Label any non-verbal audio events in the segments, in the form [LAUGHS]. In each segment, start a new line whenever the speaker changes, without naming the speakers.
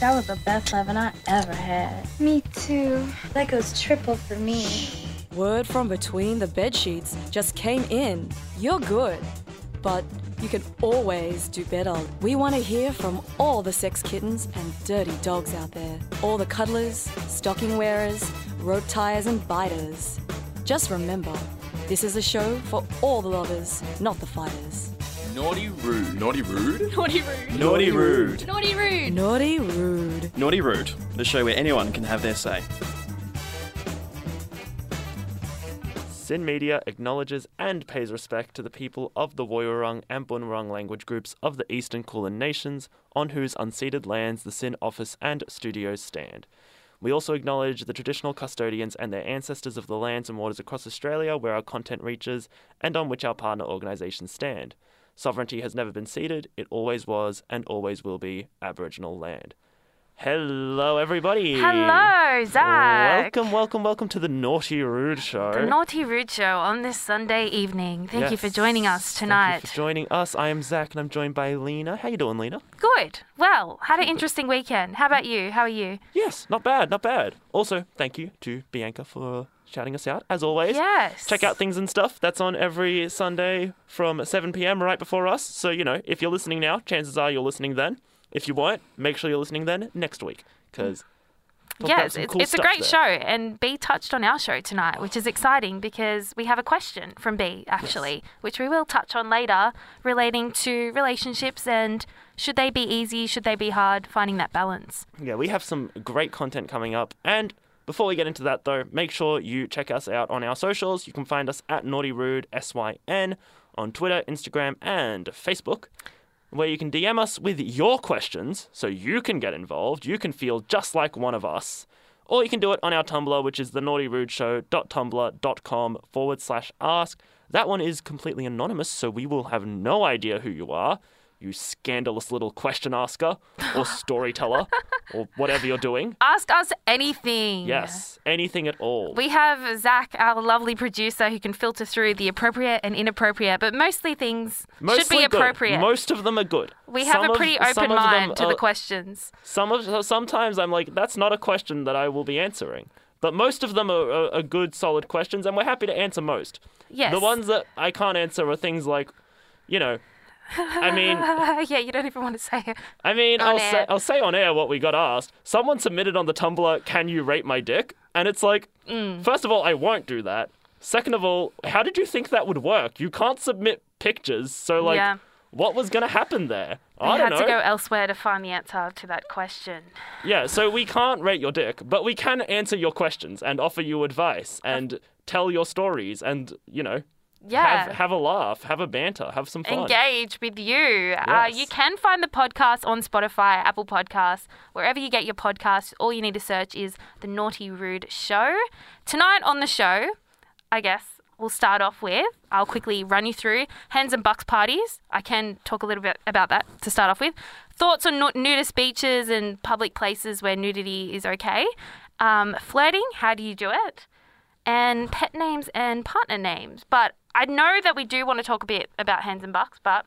That was the best loving I ever had.
Me too.
That goes triple for me.
Word from between the bed sheets just came in. You're good. But you can always do better. We want to hear from all the sex kittens and dirty dogs out there. All the cuddlers, stocking wearers, rope tires, and biters. Just remember, this is a show for all the lovers, not the fighters.
Naughty Rude.
Naughty Rude?
Naughty Rude.
Naughty Rude.
Naughty Rude.
Naughty rude.
Naughty Rude, the show where anyone can have their say. Sin Media acknowledges and pays respect to the people of the Woiwurrung and Bunurong language groups of the Eastern Kulin Nations, on whose unceded lands the Sin office and studios stand. We also acknowledge the traditional custodians and their ancestors of the lands and waters across Australia where our content reaches and on which our partner organisations stand. Sovereignty has never been ceded, it always was and always will be Aboriginal land. Hello, everybody.
Hello, Zach.
Welcome, welcome, welcome to the Naughty Rude Show.
The Naughty Rude Show on this Sunday evening. Thank you for
Yes.
joining us
Thank
tonight.
you for joining us. I am Zach, and I'm joined by Lena. How you doing, Lena?
Good. Well, had an interesting weekend. How about you? How are you?
Yes, not bad, not bad. Also, thank you to Bianca for shouting us out as always.
Yes.
Check out things and stuff. That's on every Sunday from 7 p.m. right before us. So you know, if you're listening now, chances are you're listening then. If you weren't, make sure you're listening then next week because
Mm. Yes, it's, it's a great show, and B touched on our show tonight, which is exciting because we have a question from B actually, which we will touch on later, relating to relationships and should they be easy, should they be hard, finding that balance.
Yeah, we have some great content coming up. And before we get into that, though, make sure you check us out on our socials. You can find us at Naughty Rude S Y N on Twitter, Instagram, and Facebook, where you can DM us with your questions so you can get involved. You can feel just like one of us. Or you can do it on our Tumblr, which is thenaughtyrudeShow.tumblr.com forward slash ask. That one is completely anonymous, so we will have no idea who you are, you scandalous little question asker
[LAUGHS]
or storyteller or whatever you're doing.
Ask us anything.
Yes, anything at all.
We have Zach, our lovely producer, who can filter through the appropriate and inappropriate, but mostly things should
Mostly
be
good.
appropriate.
Most of them are good.
we have
Some
a
of-
pretty
some
open
of them
mind to
are-
the questions. [LAUGHS]
Some of sometimes I'm like, that's not a question that I will be answering. But most of them are, are, are good, solid questions, and we're happy to answer most.
Yes.
The ones that I can't answer are things like, you know,
[LAUGHS]
I mean,
yeah, you don't even want to say it.
I mean,
On
I'll
air.
say, I'll say on air what we got asked. Someone submitted on the Tumblr, "Can you rate my dick?" And it's like,
Mm.
first of all, I won't do that. Second of all, how did you think that would work? You can't submit pictures, so like,
Yeah.
what was gonna happen there?
We
I
had
don't know.
to go elsewhere to find the answer to that question.
Yeah, so we can't rate your dick, but we can answer your questions and offer you advice and tell your stories and you know,
Yeah.
have have a laugh, have a banter, have some fun.
Engage with you. Uh, you
Yes.
can find the podcast on Spotify, Apple Podcasts, wherever you get your podcasts. All you need to search is The Naughty Rude Show. Tonight on the show, I guess we'll start off with, I'll quickly run you through Hens and Bucks parties. I can talk a little bit about that to start off with. Thoughts on nu- nudist beaches and public places where nudity is okay. Um, flirting, how do you do it? and pet names and partner names. But I know that we do want to talk a bit about hands and bucks, but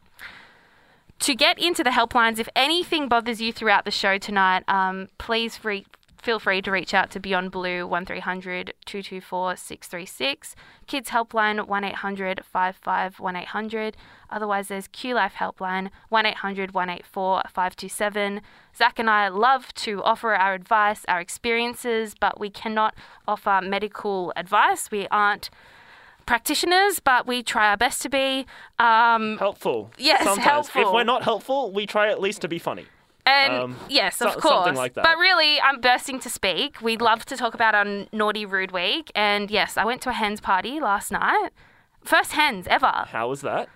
to get into the helplines, if anything bothers you throughout the show tonight, um, please free, feel free to reach out to Beyond Blue 1300 224 636, Kids Helpline 1800 55 1800. Otherwise, there's Q Life Helpline 1800 184 527. Zach and I love to offer our advice, our experiences, but we cannot offer medical advice. We aren't practitioners, but we try our best to be. Um,
Helpful.
Yes,
Sometimes. If
helpful.
we're not helpful, we try at least to be funny.
And
Um,
yes,
so-
of course.
something like that.
But really, I'm bursting to speak. We'd love to talk about our naughty, rude week. And yes, I went to a hens party last night. First hens ever.
How was that?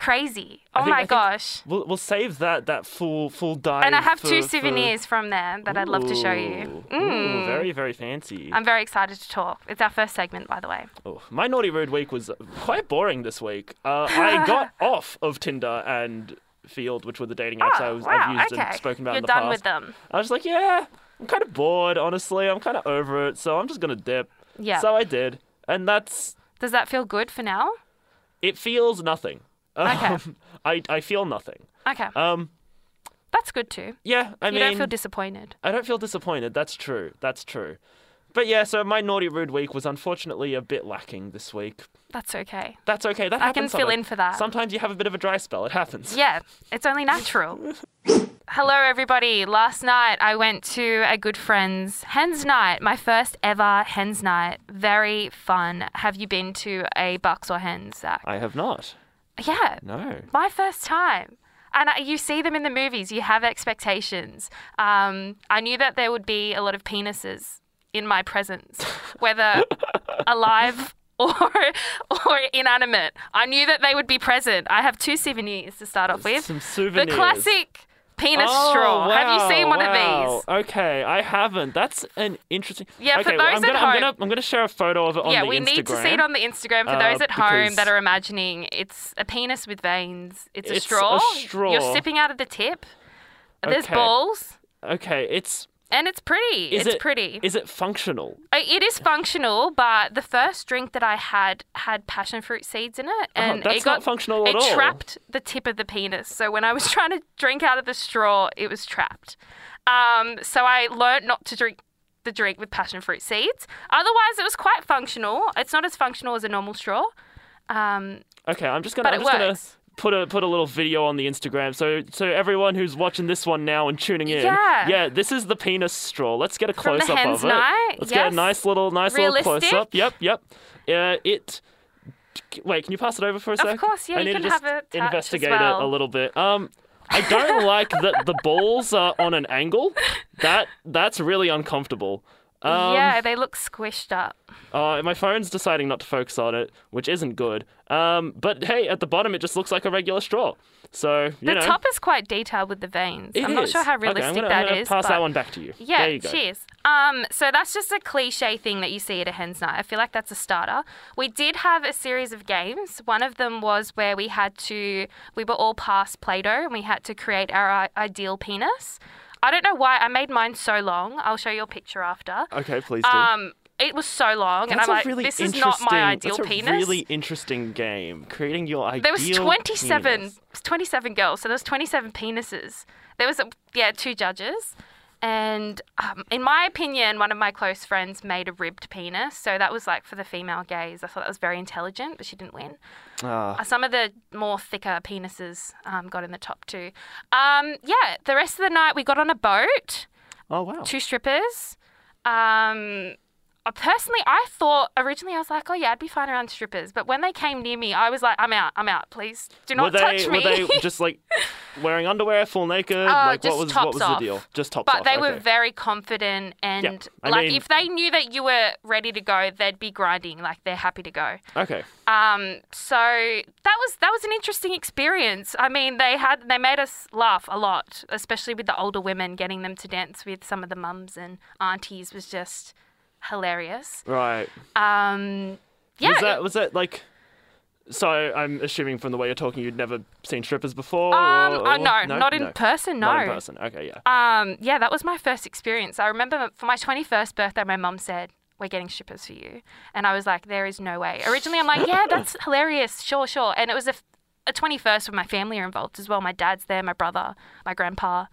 Crazy.
I
Oh
think- I
my
think
gosh.
We'll, we'll save that that full full dive.
And I have
for-
two
for-
souvenirs from there that I'd love to show you. Mm,
Ooh, ooh, very very fancy.
I'm very excited to talk. It's our first segment, by the way.
Oh, my naughty rude week was quite boring this week. Uh,
[LAUGHS]
I got off of Tinder and Field, which were the dating apps I was,
Oh, Ah, wow.
I've used
okay.
and spoken about
You're
in the
done
past.
with them.
I was like, yeah, I'm kind of bored, honestly. I'm kind of over it, so I'm just gonna dip.
Yeah.
So I did, and that's
Does that feel good for now?
it. Feels nothing. [LAUGHS]
Okay.
Um, I I feel nothing.
Okay.
Um,
That's good too.
Yeah, I
you
mean,
don't feel disappointed.
I don't feel disappointed. That's true. That's true. But yeah, so my naughty rude week was unfortunately a bit lacking this week.
That's okay.
That's okay. That
I can
happens
fill
sometimes.
in for that.
Sometimes you have a bit of a dry spell. It happens.
Yeah, it's only natural. Hello, everybody. Last night I went to a good friend's hens night, my first ever hens night. Very fun. Have you been to a bucks or hens, Zach?
I have not.
yeah,
No.
my first time. And I, you see them in the movies, you have expectations. Um, I knew that there would be a lot of penises in my
[LAUGHS]
presence, whether alive or, or inanimate. I knew that they would be present. I have two souvenirs to start off with.
Some souvenirs.
The classic penis
Oh,
straw.
wow,
Have you seen one
wow.
of these?
Okay, I haven't. That's an interesting.
Yeah, for
okay, well,
those
I'm gonna,
at
I'm
home-
gonna, I'm gonna share a photo of it on
yeah,
the
we
Instagram.
need to see it on the Instagram for
uh,
those at home
because-
that are imagining. It's a penis with veins. It's,
It's a straw.
You're sipping out of the tip. There's
Okay.
balls.
Okay, it's.
And it's pretty.
Is
it's
it,
pretty.
Is it functional?
I- it is functional, but the first drink that I had had passion fruit seeds in it, and
Uh-huh, that's
it got
not functional at
it
all.
trapped the tip of the penis. So when I was [LAUGHS] trying to drink out of the straw, it was trapped. Um, so I learnt not to drink the drink with passion fruit seeds. Otherwise, it was quite functional. It's not as functional as a normal straw. Um,
Okay, I'm just gonna.
But
I'm
it
just
works.
gonna put a put a little video on the Instagram. So so everyone who's watching this one now and tuning in.
Yeah.
this is the penis straw. Let's get a
From
close
the
up
hen's
of it.
night,
Let's get
yes.
a nice little nice little close up.
Realistic.
Yep, yep. Uh, it. Wait, can you pass it over for a sec?
course, yeah,
I
you
need
can
to just
have it touch as
investigate it a
well.
little bit. Um, I don't [LAUGHS] like that the balls are on an angle. That that's really uncomfortable. Um,
yeah, they look squished up.
uh, my phone's deciding not to focus on it, which isn't good. Um, but hey, at the bottom it just looks like a regular straw. So you
The
know,
top is quite detailed with the veins.
it
I'm not
is.
sure how
Okay, I'm
realistic
gonna-
that
I'm gonna
is,
Pass that
but-
one back to you.
Yeah,
there you go.
cheers. Um, so that's just a cliche thing that you see at a hen's night. I feel like that's a starter. We did have a series of games. One of them was where we had to, we were all past Play Doh and we had to create our i- ideal penis. I don't know why I made mine so long. I'll show you a picture after.
Okay, please do.
Um, it was so long, and
that's
I'm
a
like,
really
this is not my
interesting-
ideal
that's a
penis.
Really interesting game. Creating your ideal.
There was 27,
penis.
27 girls, so there was 27 penises. There was, a, yeah, two judges. And um, in my opinion, one of my close friends made a ribbed penis. So that was like for the female gaze. I thought that was very intelligent, but she didn't win.
Ah,
Uh, Some of the more thicker penises um, got in the top two. Um, yeah, the rest of the night we got on a boat
oh wow.
two strippers. Um, I personally, I thought originally I was like, oh yeah, I'd be fine around strippers, but when they came near me, I was like, I'm out, I'm out, please do not
were they
touch me. Uh,
were they
[LAUGHS]
just like wearing underwear, full naked? like
just
what was
tops
what was the
off.
deal? Just tops
but
off.
they
okay.
were very confident, and
I
like
mean-
if they knew that you were ready to go, they'd be grinding. Like they're happy to go.
Okay.
Um, so that was that was an interesting experience. I mean, they had they made us laugh a lot, especially with the older women getting them to dance with some of the mums and aunties was just hilarious.
Right.
Um, yeah,
was
it-
that was that like? So I'm assuming from the way you're talking, you'd never seen strippers before.
um,
or,
oh,
or-
no, not in person, no.
Not in person. Okay, yeah.
Um, yeah, that was my first experience. I remember for my 21st birthday, my mum said, We're getting strippers for you. And I was like, There is no way. Originally, I'm like, Yeah, that's hilarious. Sure, sure. And it was a, f- a 21st when my family are involved as well. My dad's there, my brother, my grandpa,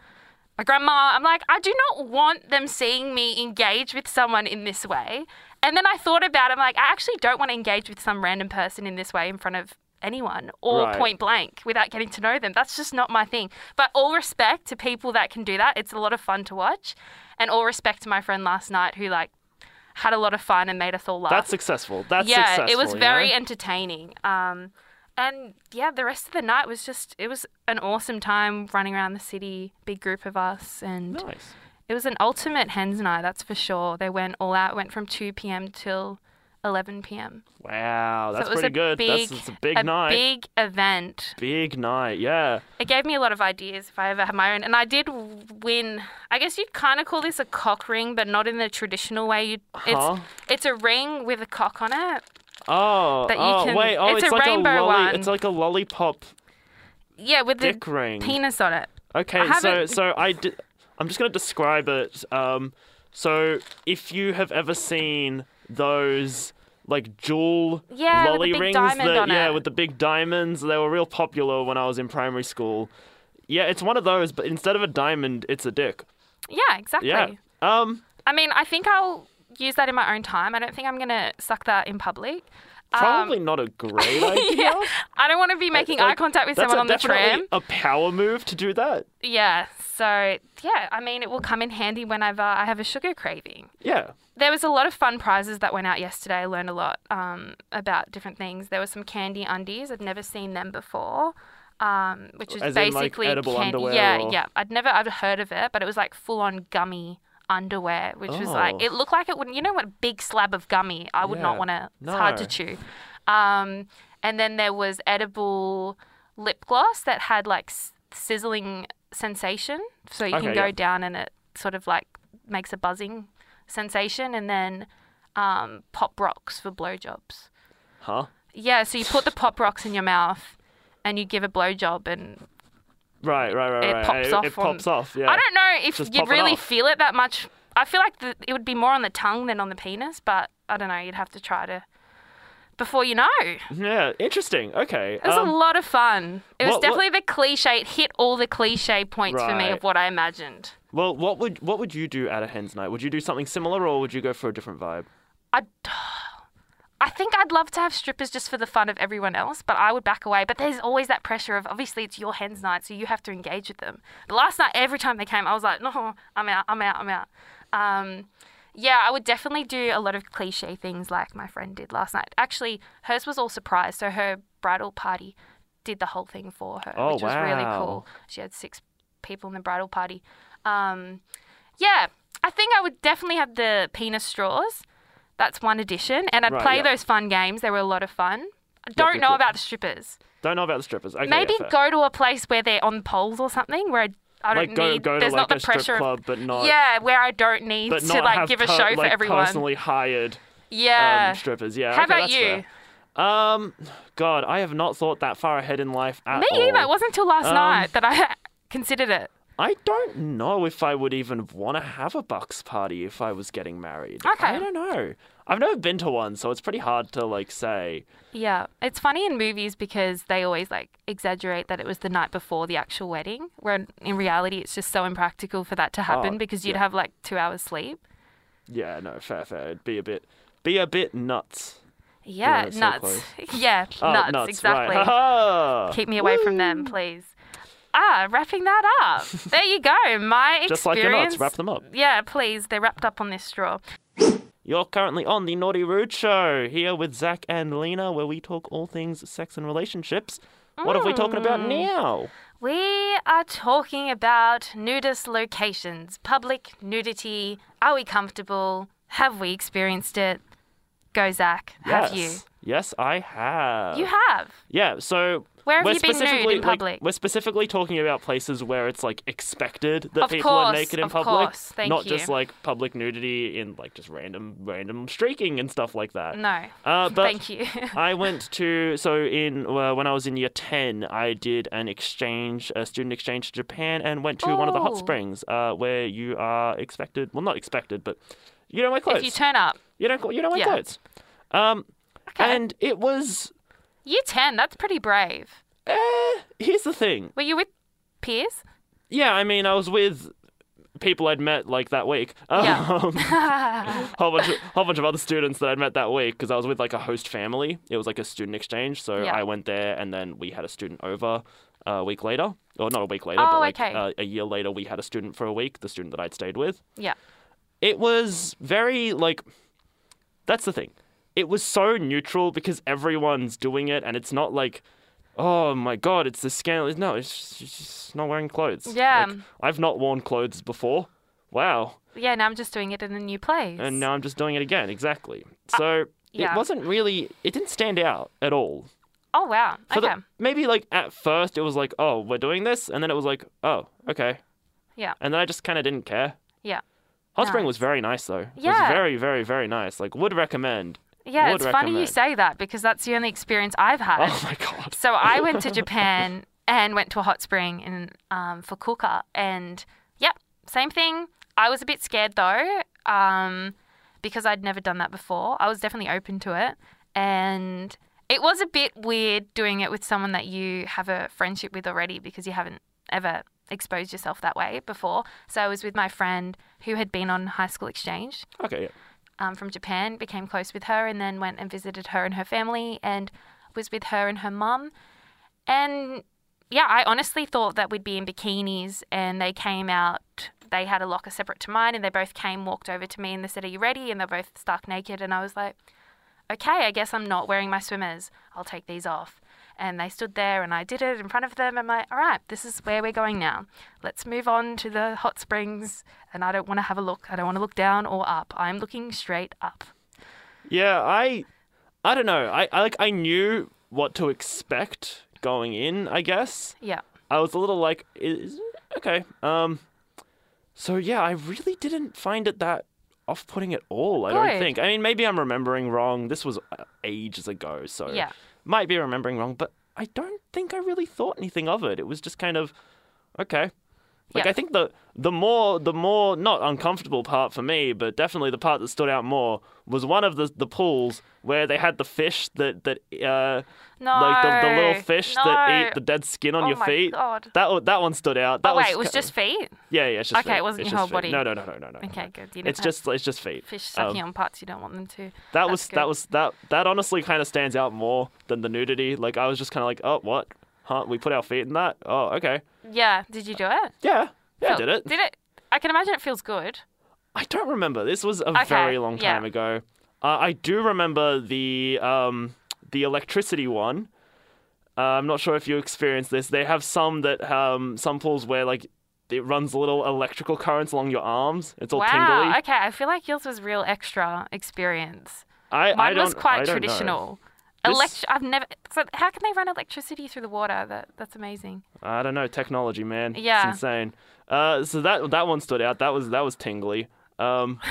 my grandma. I'm like, I do not want them seeing me engage with someone in this way. And then I thought about it, I'm like, I actually don't want to engage with some random person in this way in front of anyone or
Right.
point blank without getting to know them. That's just not my thing. But all respect to people that can do that. It's a lot of fun to watch. And all respect to my friend last night who like had a lot of fun and made us all laugh.
That's successful. That's
yeah,
successful.
it was
you
very
know?
entertaining. Um and yeah, the rest of the night was just it was an awesome time running around the city, big group of us and
nice.
it was an ultimate hens night, that's for sure. They went all out, went from two PM till eleven PM.
Wow,
So
that's
it was
pretty
a
good.
Big,
that's it's a big night.
Big event.
Big night. Yeah.
It gave me a lot of ideas if I ever had my own. And I did win. I guess you'd kind of call this a cock ring, but not in the traditional way. You'd,
Huh?
It's it's a ring with a cock on it.
Oh.
That you
oh
can-
wait. Oh, it's,
it's a
like a
rainbow
lolly.
one.
It's like a lollipop
Yeah, with the
dick ring.
penis on it.
Okay,
I
so
haven't-
so I di- I'm just gonna describe it. Um, so if you have ever seen those like jewel
Yeah, with the
lolly
big
rings,
diamond
that-
on
yeah,
it.
with the big diamonds, they were real popular when I was in primary school. Yeah, it's one of those, but instead of a diamond, it's a dick.
Yeah, exactly.
Yeah. Um,
I mean, I think I'll use that in my own time. I don't think I'm going to suck that in public. Um,
probably
[LAUGHS]
not a great idea.
yeah. I don't want to be making eye
Like,
contact with
Oh. Uh, that's
someone
a-
on the tram.
definitely uh, A power move to do that.
Yeah. So, yeah, I mean, it will come in handy whenever I have a sugar craving.
Yeah.
There was a lot of fun prizes that went out yesterday. I learned a lot um, about different things. There were some candy undies. I'd never seen them before, um, which is
As in, like,
basically
edible
candy.
underwear
yeah,
or-
yeah. I'd never I'd heard of it, but it was like full on gummy underwear, which was like
Oh.
it looked like it would. You know what? A big slab of gummy. I would not
Yeah.
want to. It's hard to
No.
chew. Um, and then there was edible lip gloss that had like s- sizzling sensation, so you
Okay,
can go
yeah.
down and it sort of like makes a buzzing sensation, and then um, pop rocks for blowjobs.
Huh?
Yeah, so you put the pop rocks in your mouth, and you give a blowjob, and
Right, right, right,
It
right.
pops
it,
off
It
on-
pops off. Yeah.
I don't know if
Just
you'd
pop it
really
off.
feel it that much. I feel like the, it would be more on the tongue than on the penis, but I don't know. You'd have to try to before you know.
Yeah. Interesting. Okay.
It was
um,
a lot of fun. It was
what- what-
definitely the cliche. It hit all the cliche points for me
Right.
of what I imagined.
well, what would what would you do at a hen's night? Would you do something similar, or would you go for a different vibe?
I, [SIGHS] I think I'd love to have strippers just for the fun of everyone else, but I would back away. But there's always that pressure of obviously it's your hens night, so you have to engage with them. But last night, every time they came, I was like, no, I'm out, I'm out, I'm out. Um, yeah, I would definitely do a lot of cliche things like my friend did last night. Actually, hers was all surprise, so her bridal party did the whole thing for her,
Oh,
which was really
wow.
cool. She had six people in the bridal party. Um, yeah, I think I would definitely have the penis straws. That's one addition. And I'd
Right,
play
yeah.
those fun games. They were a lot of fun. I don't
yep,
know
yep.
about the strippers.
Don't know about the strippers. Okay,
Maybe
yeah, fair.
go to a place where they're on poles or something where I, I don't
like go
need,
go to
there's
like
not the
a strip
pressure. of-
club, but not
yeah, where I don't need
but
to
not
like
have
give a
per-
show for
like,
everyone.
Personally hired um,
yeah.
strippers. Yeah.
How
okay,
about
that's
you?
fair. Um, God, I have not thought that far ahead in life at
Me
all.
either. It wasn't until last
Um,
night that I [LAUGHS] considered it.
I don't know if I would even want to have a bucks party if I was getting married.
Okay.
I don't know. I've never been to one, so it's pretty hard to like say.
Yeah, it's funny in movies because they always like exaggerate that it was the night before the actual wedding, where in reality it's just so impractical for that to happen
Oh,
because you'd
yeah.
have like two hours sleep.
Yeah, no, fair, fair. It'd be a bit, be a bit nuts.
Yeah,
that's so
nuts. [LAUGHS] yeah,
Oh,
nuts,
nuts,
exactly.
[LAUGHS] Right. Ha-ha!
Keep me away from them, please. Ah, wrapping that
[LAUGHS]
up. There you go. My experience.
Just like your nuts, wrap them up.
Yeah, please. They're wrapped up on this straw.
You're currently on the Naughty Rude Show here with Zach and Lena, where we talk all things sex and relationships. What are we talking about
Mm.
now?
We are talking about nudist locations, public nudity. Are we comfortable? Have we experienced it? Go, Zach. Have you?
yes. Yes, I have.
You have.
Yeah, so
Where have
we're
you been nude in
specifically, like,
public?
we're specifically talking about places where it's like expected that
Of
people are
course,
naked in
of
public,
course, thank
not
you.
just like public nudity in like just random random streaking and stuff like that.
No.
Uh, but
Thank you. [LAUGHS]
I went to so in uh, when I was in year ten, I did an exchange, a student exchange to Japan, and went to one of the
Oh.
hot springs uh, where you are expected. Well, not expected, but you don't wear clothes.
if you turn up,
you don't. You don't wear
Yeah.
clothes. Um,
Okay.
and it was.
year 10, that's pretty brave.
Eh, here's the thing.
Were you with peers?
Yeah, I mean, I was with people I'd met like that week.
Yeah. [LAUGHS]
[LAUGHS] Um, whole bunch, of, whole bunch of other students that I'd met that week because I was with like a host family. It was like a student exchange, so
Yeah.
I went there, and then we had a student over a week later, or not a week later,
Oh,
but like
okay.
uh, a year later, we had a student for a week. The student that I'd stayed with.
yeah.
It was very like. That's the thing. It was so neutral because everyone's doing it, and it's not like. Oh my god, it's the scandal. No, it's just, it's just not wearing clothes.
Yeah.
Like, I've not worn clothes before. Wow
Yeah, now I'm just doing it in a new place.
and now I'm just doing it again. Exactly. So
Uh, yeah.
it wasn't really. It didn't stand out at all.
Oh, wow.
For the-
okay.
maybe like at first it was like, oh, we're doing this, and then it was like, oh, okay,
Yeah.
and then I just kind of didn't care.
Yeah.
Hot Spring
Nice.
was very nice though. It
Yeah.
was very, very, very nice. Like, would recommend.
Yeah,
Would
it's funny you
recommend.
say that because that's the only experience I've had.
[LAUGHS] Oh my god.
So I went to Japan and went to a hot spring in um, Fukuoka, and yep, same thing. I was a bit scared though, um, because I'd never done that before. I was definitely open to it, and it was a bit weird doing it with someone that you have a friendship with already because you haven't ever exposed yourself that way before. So I was with my friend who had been on high school exchange
Okay, yeah.
um, from Japan, became close with her, and then went and visited her and her family, and was with her and her mum. And yeah, I honestly thought that we'd be in bikinis, and they came out. They had a locker separate to mine, and they both came, walked over to me, and they said, "Are you ready?" And they're both stark naked, and I was like, "Okay, I guess I'm not wearing my swimmers. I'll take these off." And they stood there, and I did it in front of them. I'm like, "All right, this is where we're going now. Let's move on to the hot springs." And I don't want to have a look. I don't want to look down or up. I'm looking straight up.
Yeah, I I don't know. I, I like I knew what to expect going in, I guess.
Yeah.
I was a little like is okay. Um so yeah, I really didn't find it that off-putting at all. I
Good.
don't think. I mean, maybe I'm remembering wrong. This was uh, ages ago, so
Yeah.
might be remembering wrong, but I don't think I really thought anything of it. It was just kind of okay. Like
Yeah.
I think the the more the more not uncomfortable part for me, but definitely the part that stood out more was one of the the pools where they had the fish that that uh,
No.
like the, the little fish that
no.
eat the dead skin on
Oh
your
my
feet.
God.
That o- that one stood out. That
Oh wait, it was
ki-
just feet.
yeah, yeah. It's just
Okay,
feet.
it wasn't
It's
your
just
whole body.
feet. No, no, no, no, no. no.
Okay, good. You didn't
It's
have
just it's just feet.
fish
Um,
sucking on parts you don't want them to.
that
That's
was
good.
that was that that honestly kind of stands out more than the nudity. Like I was just kind of like, oh, what? Huh? We put our feet in that? Oh, okay.
Yeah. Did you do it?
Yeah, yeah, I
Felt-
did it.
Did it? I can imagine it feels good.
I don't remember. This was a
Okay,
very long
yeah.
time ago. Uh, I do remember the um, the electricity one. Uh, I'm not sure if you experienced this. They have some that um, some pools where like it runs little electrical currents along your arms. It's all
wow.
tingly.
Okay. I feel like yours was real extra experience.
I, I
Mine
don't,
was
I
quite
don't know.
traditional.
This-
Elect- I've never. So how can they run electricity through the water? That that's amazing.
I don't know technology, man.
Yeah.
it's insane. Uh, so that that one stood out. That was that was tingly.
[LAUGHS]
Um,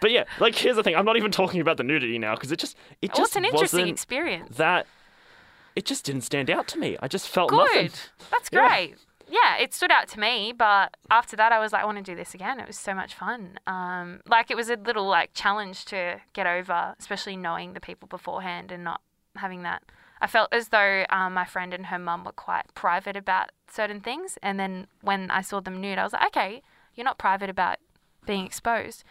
but yeah, like here's the thing. I'm not even talking about the nudity now because it just
Well,
it
it's
just
an interesting
wasn't
experience.
that it just didn't stand out to me. I just felt nothing.
Good. That's
Yeah.
great. Yeah. it stood out to me, but after that, I was like, I want to do this again. It was so much fun. Um, like it was a little like challenge to get over, especially knowing the people beforehand and not having that. I felt as though um, my friend and her mum were quite private about certain things, and then when I saw them nude, I was like, okay, you're not private about being exposed.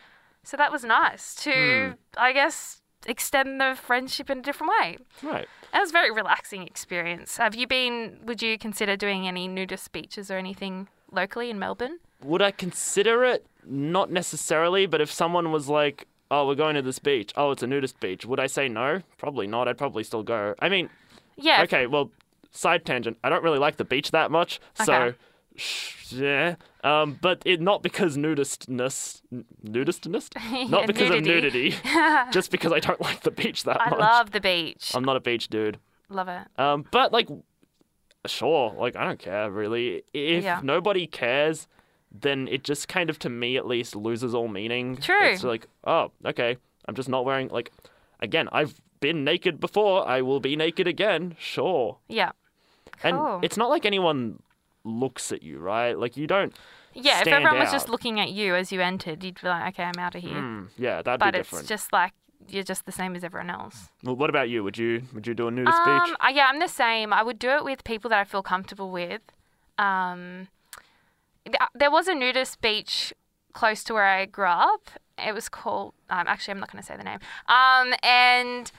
So that was nice to,
Hmm.
I guess, extend the friendship in a different way.
Right.
That was a very relaxing experience. Have you been, would you consider doing any nudist speeches or anything locally in Melbourne?
Would I consider it? Not necessarily, but if someone was like, "Oh, we're going to this beach. Oh, it's a nudist beach," would I say no? Probably not. I'd probably still go. I mean,
Yeah.
okay. Well, side tangent. I don't really like the beach that much, so
Okay.
sh- yeah. Um, but it not because nudistness, n-
[LAUGHS]
nudistness, not
Yeah,
because
nudity. [LAUGHS]
of nudity, just because I don't like the beach that
I
much.
love the beach.
I'm not a beach dude.
love it.
Um, but like, sure, like I don't care really. If
Yeah.
nobody cares, then it just kind of, to me at least, loses all meaning.
True.
It's like, oh, okay, I'm just not wearing like. Again, I've been naked before. I will be naked again. Sure.
Yeah. Cool.
And it's not like anyone looks at you, right? Like you don't.
Yeah, if
stand
everyone was just
out.
looking at you as you entered, you'd be like, okay, I'm out of here.
Mm, yeah, that'd
but
be
it's
different.
just like, you're just the same as everyone else.
Well, what about you? Would you would you do a nudist
Um,
beach?
uh, yeah, I'm the same. I would do it with people that I feel comfortable with. Um, th- uh, there was a nudist beach close to where I grew up. It was called. Um, actually, I'm not going to say the name. Um, and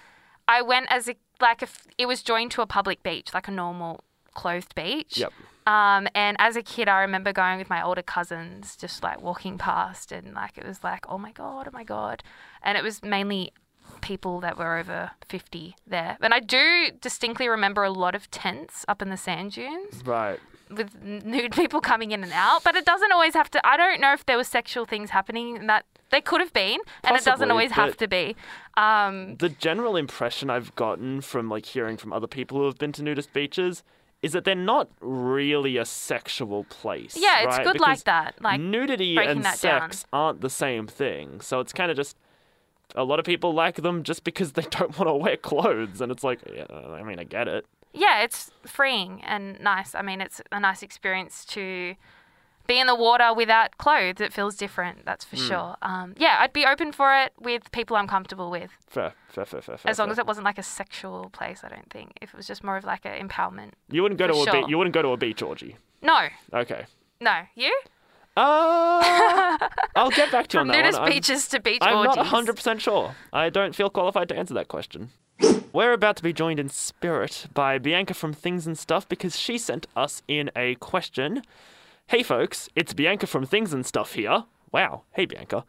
I went as a like a f it was joined to a public beach, like a normal clothed beach.
Yep.
Um, and as a kid, I remember going with my older cousins, just like walking past, and like it was like, oh my god, oh my god, and it was mainly people that were over 50 there. And I do distinctly remember a lot of tents up in the sand dunes
Right.
with n- nude people coming in and out, but it doesn't always have to. I don't know if there were sexual things happening in that they could have been, and it doesn't
Possibly,
always have
but-
to be. Um,
the general impression I've gotten from like hearing from other people who have been to nudist beaches is that they're not really a sexual place.
yeah, it's
right?
good
Because
like that. Like
nudity
breaking
and
that down.
sex aren't the same thing, so it's kind of just a lot of people like them just because they [LAUGHS] don't want to wear clothes, and it's like, yeah, I mean, I get it.
yeah, it's freeing and nice. I mean, it's a nice experience to be in the water without clothes. It feels different, that's
Hmm.
for sure. Um, yeah, I'd be open for it with people I'm comfortable with,
Fair, fair, fair, fair, fair.
as long
fair.
as it wasn't like a sexual place. I don't think if it was just more of like an empowerment.
you wouldn't go to
for
a
sure.
beach. You wouldn't go to a beach orgy.
No, [LAUGHS]
Okay.
no, you
Uh, I'll get back to you on
from
that
nudist
one. I'm-
beaches to beach
I'm
orgies.
not 100% sure. I don't feel qualified to answer that question. We're about to be joined in spirit by Bianca from Things and Stuff because she sent us in a question. Hey, folks, it's Bianca from Things and Stuff here. Wow. Hey, Bianca.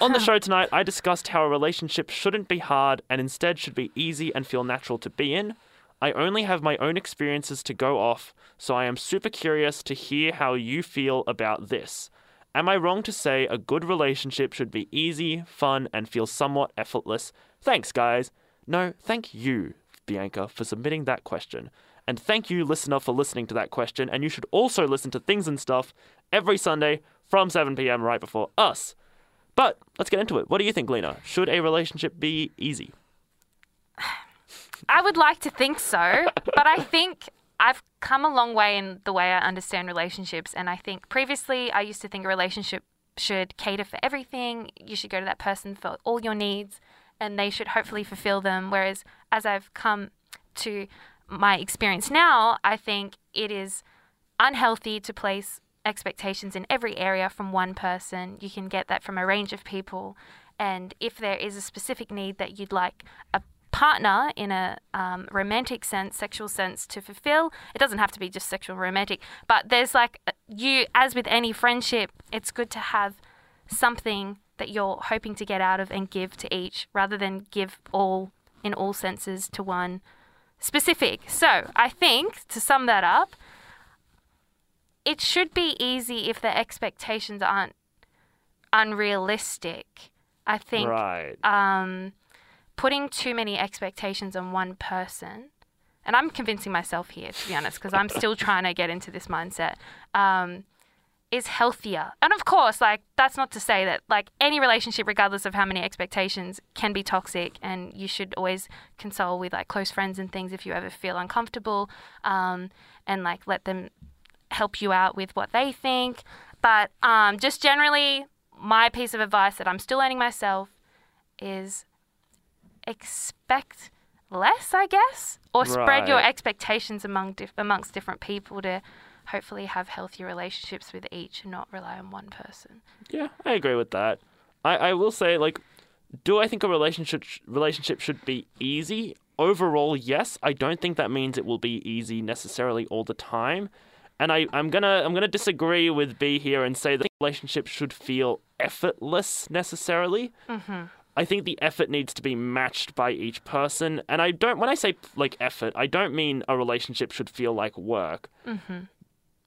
On the show tonight, I discussed how a relationship shouldn't be hard and instead should be easy and feel natural to be in. I only have my own experiences to go off, so I am super curious to hear how you feel about this. Am I wrong to say a good relationship should be easy, fun, and feel somewhat effortless? Thanks, guys. No, thank you, Bianca, for submitting that question. And thank you, listener, for listening to that question. And you should also listen to Things and Stuff every Sunday from 7 p.m. right before us. But let's get into it. What do you think, Lena? Should a relationship be easy?
I would like to think so, but I think I've come a long way in the way I understand relationships. And I think previously I used to think a relationship should cater for everything. You should go to that person for all your needs and they should hopefully fulfill them. Whereas as I've come to my experience now, I think it is unhealthy to place expectations in every area from one person. You can get that from a range of people. And if there is a specific need that you'd like a partner in a um, romantic sense, sexual sense to fulfill, it doesn't have to be just sexual romantic, but there's like uh, you, as with any friendship, it's good to have something that you're hoping to get out of and give to each rather than give all in all senses to one specific. So I think to sum that up, it should be easy if the expectations aren't unrealistic. I think
Right.
um, putting too many expectations on one person, and I'm convincing myself here, to be honest, because I'm still trying to get into this mindset, um, is healthier. And of course, like, that's not to say that, like, any relationship, regardless of how many expectations, can be toxic, and you should always console with, like, close friends and things if you ever feel uncomfortable, um, and, like, let them help you out with what they think. But um, just generally, my piece of advice that I'm still learning myself is expect less, I guess, or spread your
Right.
expectations among dif- amongst different people to hopefully have healthy relationships with each and not rely on one person.
Yeah, I agree with that. I, I will say, like, do I think a relationship sh- relationship should be easy? Overall, yes. I don't think that means it will be easy necessarily all the time. And I, I'm gonna I'm gonna disagree with B here and say that relationships should feel effortless necessarily. I think the effort needs to be matched by each person. And I don't when I say like effort, I don't mean a relationship should feel like work.
Mm-hmm.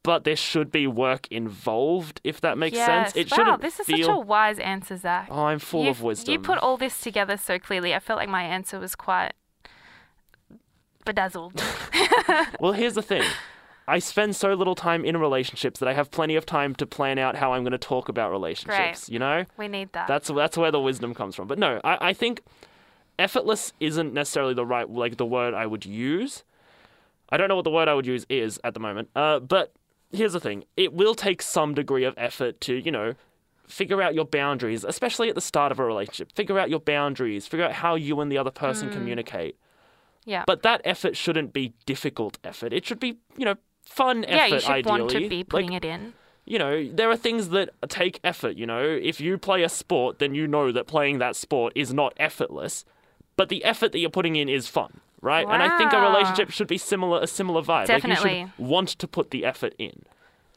But there should be work involved, if that makes
yes.
sense. It
wow,
shouldn't
this is
feel
such a wise answer, Zach.
Oh, I'm full
you,
of wisdom.
You put all this together so clearly. I felt like my answer was quite
[LAUGHS]
bedazzled.
Well, here's the thing. I spend so little time in relationships that I have plenty of time to plan out how I'm going to talk about relationships, you know?
we need that.
That's that's where the wisdom comes from. But no, I, I think effortless isn't necessarily the right like the word I would use. I don't know what the word I would use is at the moment. Uh, but here's the thing: it will take some degree of effort to you know figure out your boundaries, especially at the start of a relationship. Figure out your boundaries. Figure out how you and the other person
Hmm.
communicate.
yeah.
But that effort shouldn't be difficult effort. It should be, you know, fun effort
yeah, you should
ideally.
want to be
like,
putting it in.
you know, there are things that take effort, you know. If you play a sport, then you know that playing that sport is not effortless, but the effort that you're putting in is fun, right? And I think a
Wow.
relationship should be similar a similar vibe. Like you
Definitely.
should want to put the effort in.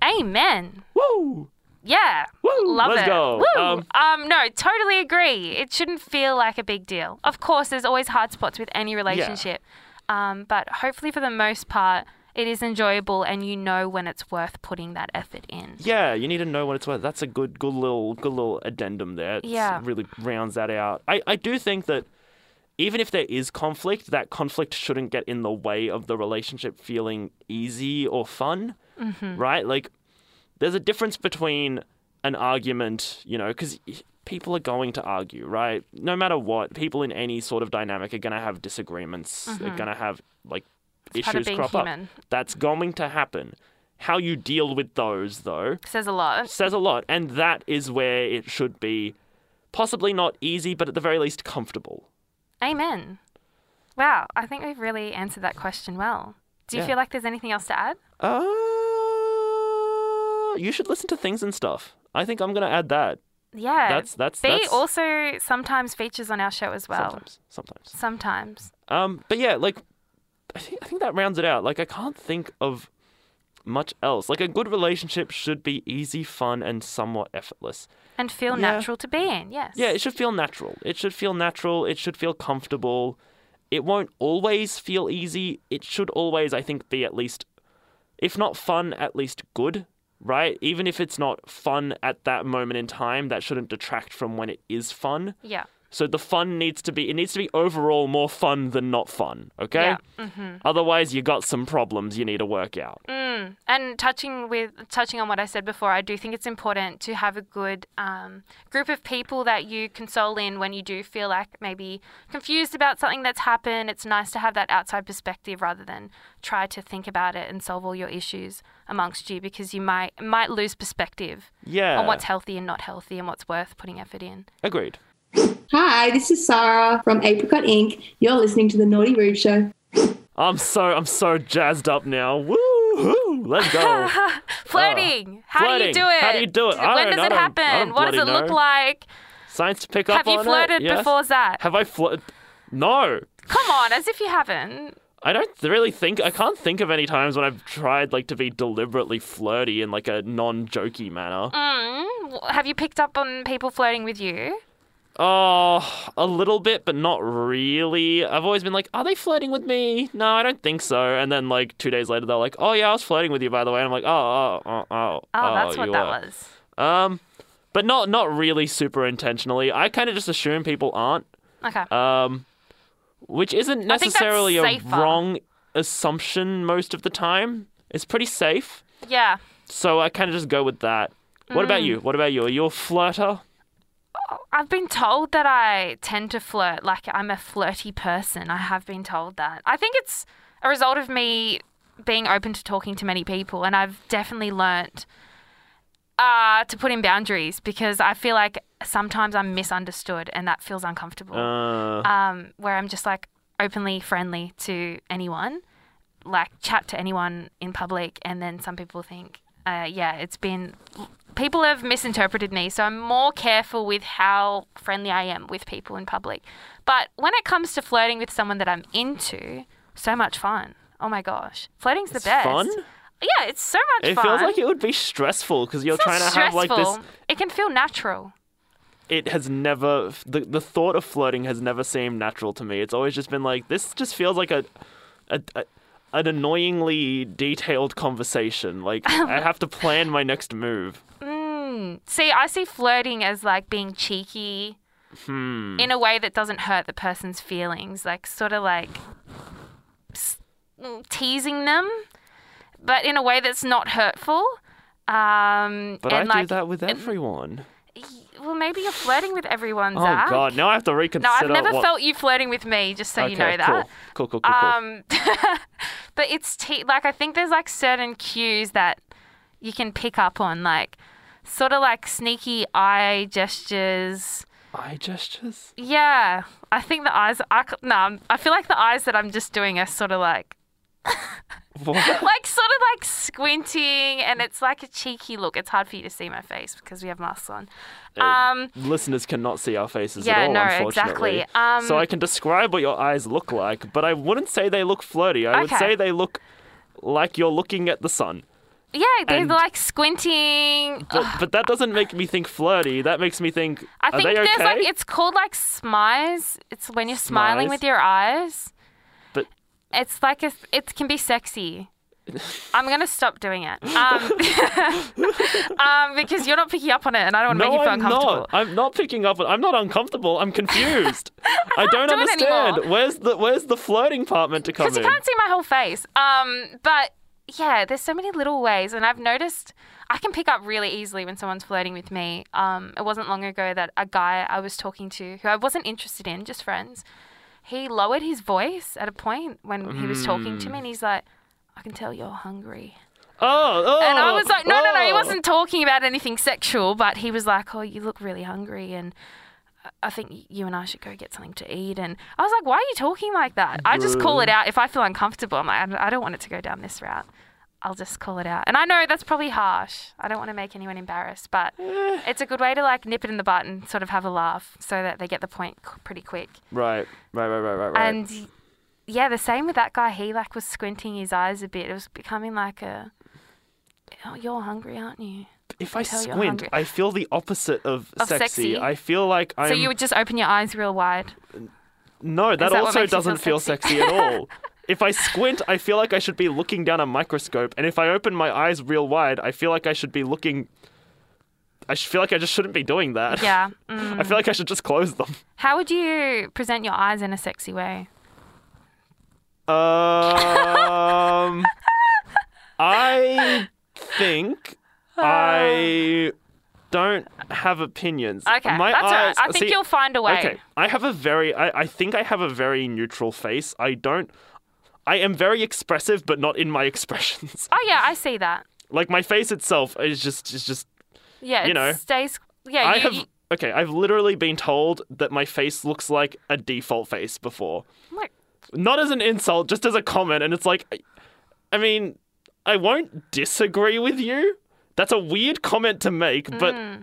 Amen.
Woo!
Yeah.
Woo,
Love
let's
it.
go.
Woo.
Um,
Um, no, totally agree. It shouldn't feel like a big deal. Of course, there's always hard spots with any relationship. Um, but hopefully, for the most part, it is enjoyable and you know when it's worth putting that effort in.
Yeah, you need to know what it's worth. That's a good, good little, good little addendum there. It's-
Yeah.
really rounds that out. I, I do think that even if there is conflict, that conflict shouldn't get in the way of the relationship feeling easy or fun, right? Like, there's a difference between an argument, you know, because people are going to argue, right? No matter what, people in any sort of dynamic are going to have disagreements. They're going to have like
Mm-hmm. part of
issues
being
crop
human.
up. That's going to happen. How you deal with those, though,
Says a lot.
says a lot. And that is where it should be possibly not easy, but at the very least comfortable.
Amen. Wow, I think we've really answered that question well. Do you
Yeah.
feel like there's anything else to add?
Uh, you should listen to things and stuff. I think I'm going to add that
Yeah.
That's- that's-
Bea
that's-
also sometimes features on our show as well.
sometimes. Sometimes.
Sometimes.
Um, but yeah, like I think I think that rounds it out. Like I can't think of much else. Like a good relationship should be easy, fun, and somewhat effortless.
And feel
Yeah.
natural to be in, yes.
Yeah, it should feel natural. It should feel natural. It should feel comfortable. It won't always feel easy. It should always, I think, be at least, if not fun, at least good, right? Even if it's not fun at that moment in time, that shouldn't detract from when it is fun.
yeah.
So the fun needs to be it needs to be overall more fun than not fun, okay?
Yeah. Mm-hmm.
Otherwise you got some problems you need to work out.
Mm. And touching with touching on what I said before, I do think it's important to have a good um, group of people that you console in when you do feel like maybe confused about something that's happened. It's nice to have that outside perspective rather than try to think about it and solve all your issues amongst you because you might might lose perspective
Yeah.
on what's healthy and not healthy and what's worth putting effort in.
Agreed.
Hi, this is Sarah from Apricot Inc. You're listening to The Naughty Rude Show.
I'm so I'm so jazzed up now. Woo hoo!
[LAUGHS]
Let's go.
Flirting. How do
Oh. flirting.
you do it?
How do you do it? I
when
don't-
does
I
it
don't- I
happen?
don't
what does it
bloody
look
know.
like?
Science to pick up
Have you
on
flirted
it. yes?
before that?
Have I flirted? No.
Come on, as if you haven't.
I don't really think I can't think of any times when I've tried like to be deliberately flirty in like a non-jokey manner.
Mm, have you picked up on people flirting with you?
Oh, a little bit, but not really. I've always been like, are they flirting with me? No, I don't think so. And then like two days later, they're like, oh yeah, I was flirting with you by the way. And I'm like, oh, oh, oh, oh.
Oh, that's what
you
that
were."
was.
Um, but not not really super intentionally. I kind of just assume people aren't.
Okay.
Um, which isn't
I think that's
necessarily a
safer.
wrong assumption most of the time. It's pretty safe.
yeah.
So I kind of just go with that. What about
Mm.
you? What about you? Are you a flirter?
I've been told that I tend to flirt, like I'm a flirty person. I have been told that. I think it's a result of me being open to talking to many people, and I've definitely learnt uh, to put in boundaries because I feel like sometimes I'm misunderstood, and that feels uncomfortable.
Uh,
um, where I'm just like openly friendly to anyone, like chat to anyone in public, and then some people think, uh, yeah, it's been people have misinterpreted me, so I'm more careful with how friendly I am with people in public. But when it comes to flirting with someone that I'm into, so much fun. Oh my gosh, flirting's the
It's
best.
fun?
Yeah, it's so much
it
fun.
feels like it would be stressful because you're
it's not
trying to have like this
stressful. It can feel natural.
it has never the, the thought of flirting has never seemed natural to me it's always just been like this just feels like a, a, a an annoyingly detailed
[LAUGHS]
conversation like i have to plan my next move Hmm.
Mm. See, I see flirting as like being cheeky
Hmm.
in a way that doesn't hurt the person's feelings, like sort of like s- mm, teasing them, but in a way that's not hurtful. Um,
but
and
i
like,
do that with everyone
Well, maybe you're flirting with everyone,
oh
Zach.
god now i have to
No,
reconsider
I've never
what...
felt you flirting with me, just so
okay,
you know that.
cool cool cool cool, cool.
Um, [LAUGHS] but it's te- like I think there's like certain cues that you can pick up on, like sort of like sneaky eye gestures.
eye gestures
Yeah, I think the eyes. I c- no, I'm- I feel like the eyes that I'm just doing are sort of like [LAUGHS]
what?
like sort of like squinting, and it's like a cheeky look. It's hard for you to see my face because we have masks on.
Oh.
Um,
listeners cannot see our faces
Yeah,
at all
no,
unfortunately
exactly. Um,
so i can describe what your eyes look like but i wouldn't say they look flirty i would
Okay.
say they look like you're looking at the sun
yeah, they're
And-
like squinting.
But, but that doesn't make me think flirty. That makes me think,
I
are
think
they
there's
okay?
like it's called like smiles. It's when you're smiling
Smize?
with your eyes.
But-
it's like a, it can be sexy. I'm gonna stop doing it um, [LAUGHS] um, because you're not picking up on it, and I don't want to
no,
make you feel
I'm
uncomfortable.
not. I'm not picking up. on- I'm not uncomfortable.
[LAUGHS]
I'm confused. I
doing
don't
it
understand.
anymore.
Where's the where's the flirting part meant to come
because
in?
you can't see my whole face. Um, but yeah, there's so many little ways, and I've noticed I can pick up really easily when someone's flirting with me. Um, it wasn't long ago that a guy I was talking to, who I wasn't interested in, just friends, he lowered
Mm.
his voice at a point when he was talking to me, and he's like, "I can tell you're hungry."
Oh, oh.
And I was like, no, no, no, he
oh.
wasn't talking about anything sexual, but he was like, oh, you look really hungry and I- I think you and I should go get something to eat. And I was like, why are you talking like that? I just call it out if I feel uncomfortable. I'm like, I don't want it to go down this route. I'll just call it out. And I know that's probably harsh. I don't want to make anyone embarrassed, but
Eh.
it's a good way to like nip it in the butt and sort of have a laugh so that they get the point c- pretty quick.
Right, right, right, right, right, right.
And y- yeah, the same with that guy. He like was squinting his eyes a bit. It was becoming like a. Oh, you're hungry, aren't you?
if I
tell you're
squint,
hungry.
I feel the opposite of,
Of
sexy.
sexy?
I feel like I'm.
So you would just open your eyes real wide.
No, that
that what
also
makes you feel
doesn't feel
sexy? [LAUGHS]
sexy at all. If I squint, I feel like I should be looking down a microscope, and if I open my eyes real wide, I feel like I should be looking. I sh- feel like I just shouldn't be doing that. [LAUGHS]
Yeah. Mm.
I feel like I should just close them.
How would you present your eyes in a sexy way?
Um, I
[LAUGHS]
think
Uh.
I don't have opinions.
Okay,
My
that's all right.
eyes-
I think
see-
you'll find a way.
Okay, I have a very. I, I think I have a very neutral face. I don't. I am very expressive, but not in my [LAUGHS] expressions.
Oh yeah, I see that.
like my face itself is just is just.
Yeah,
You
it
know,
stays. Yeah,
I
you,
have.
you-
Okay, I've literally been told that my face looks like a default face before.
look,
not as an insult, just as a comment. And it's like, I- I mean, I won't disagree with you. That's a weird comment to make, but
Hmm.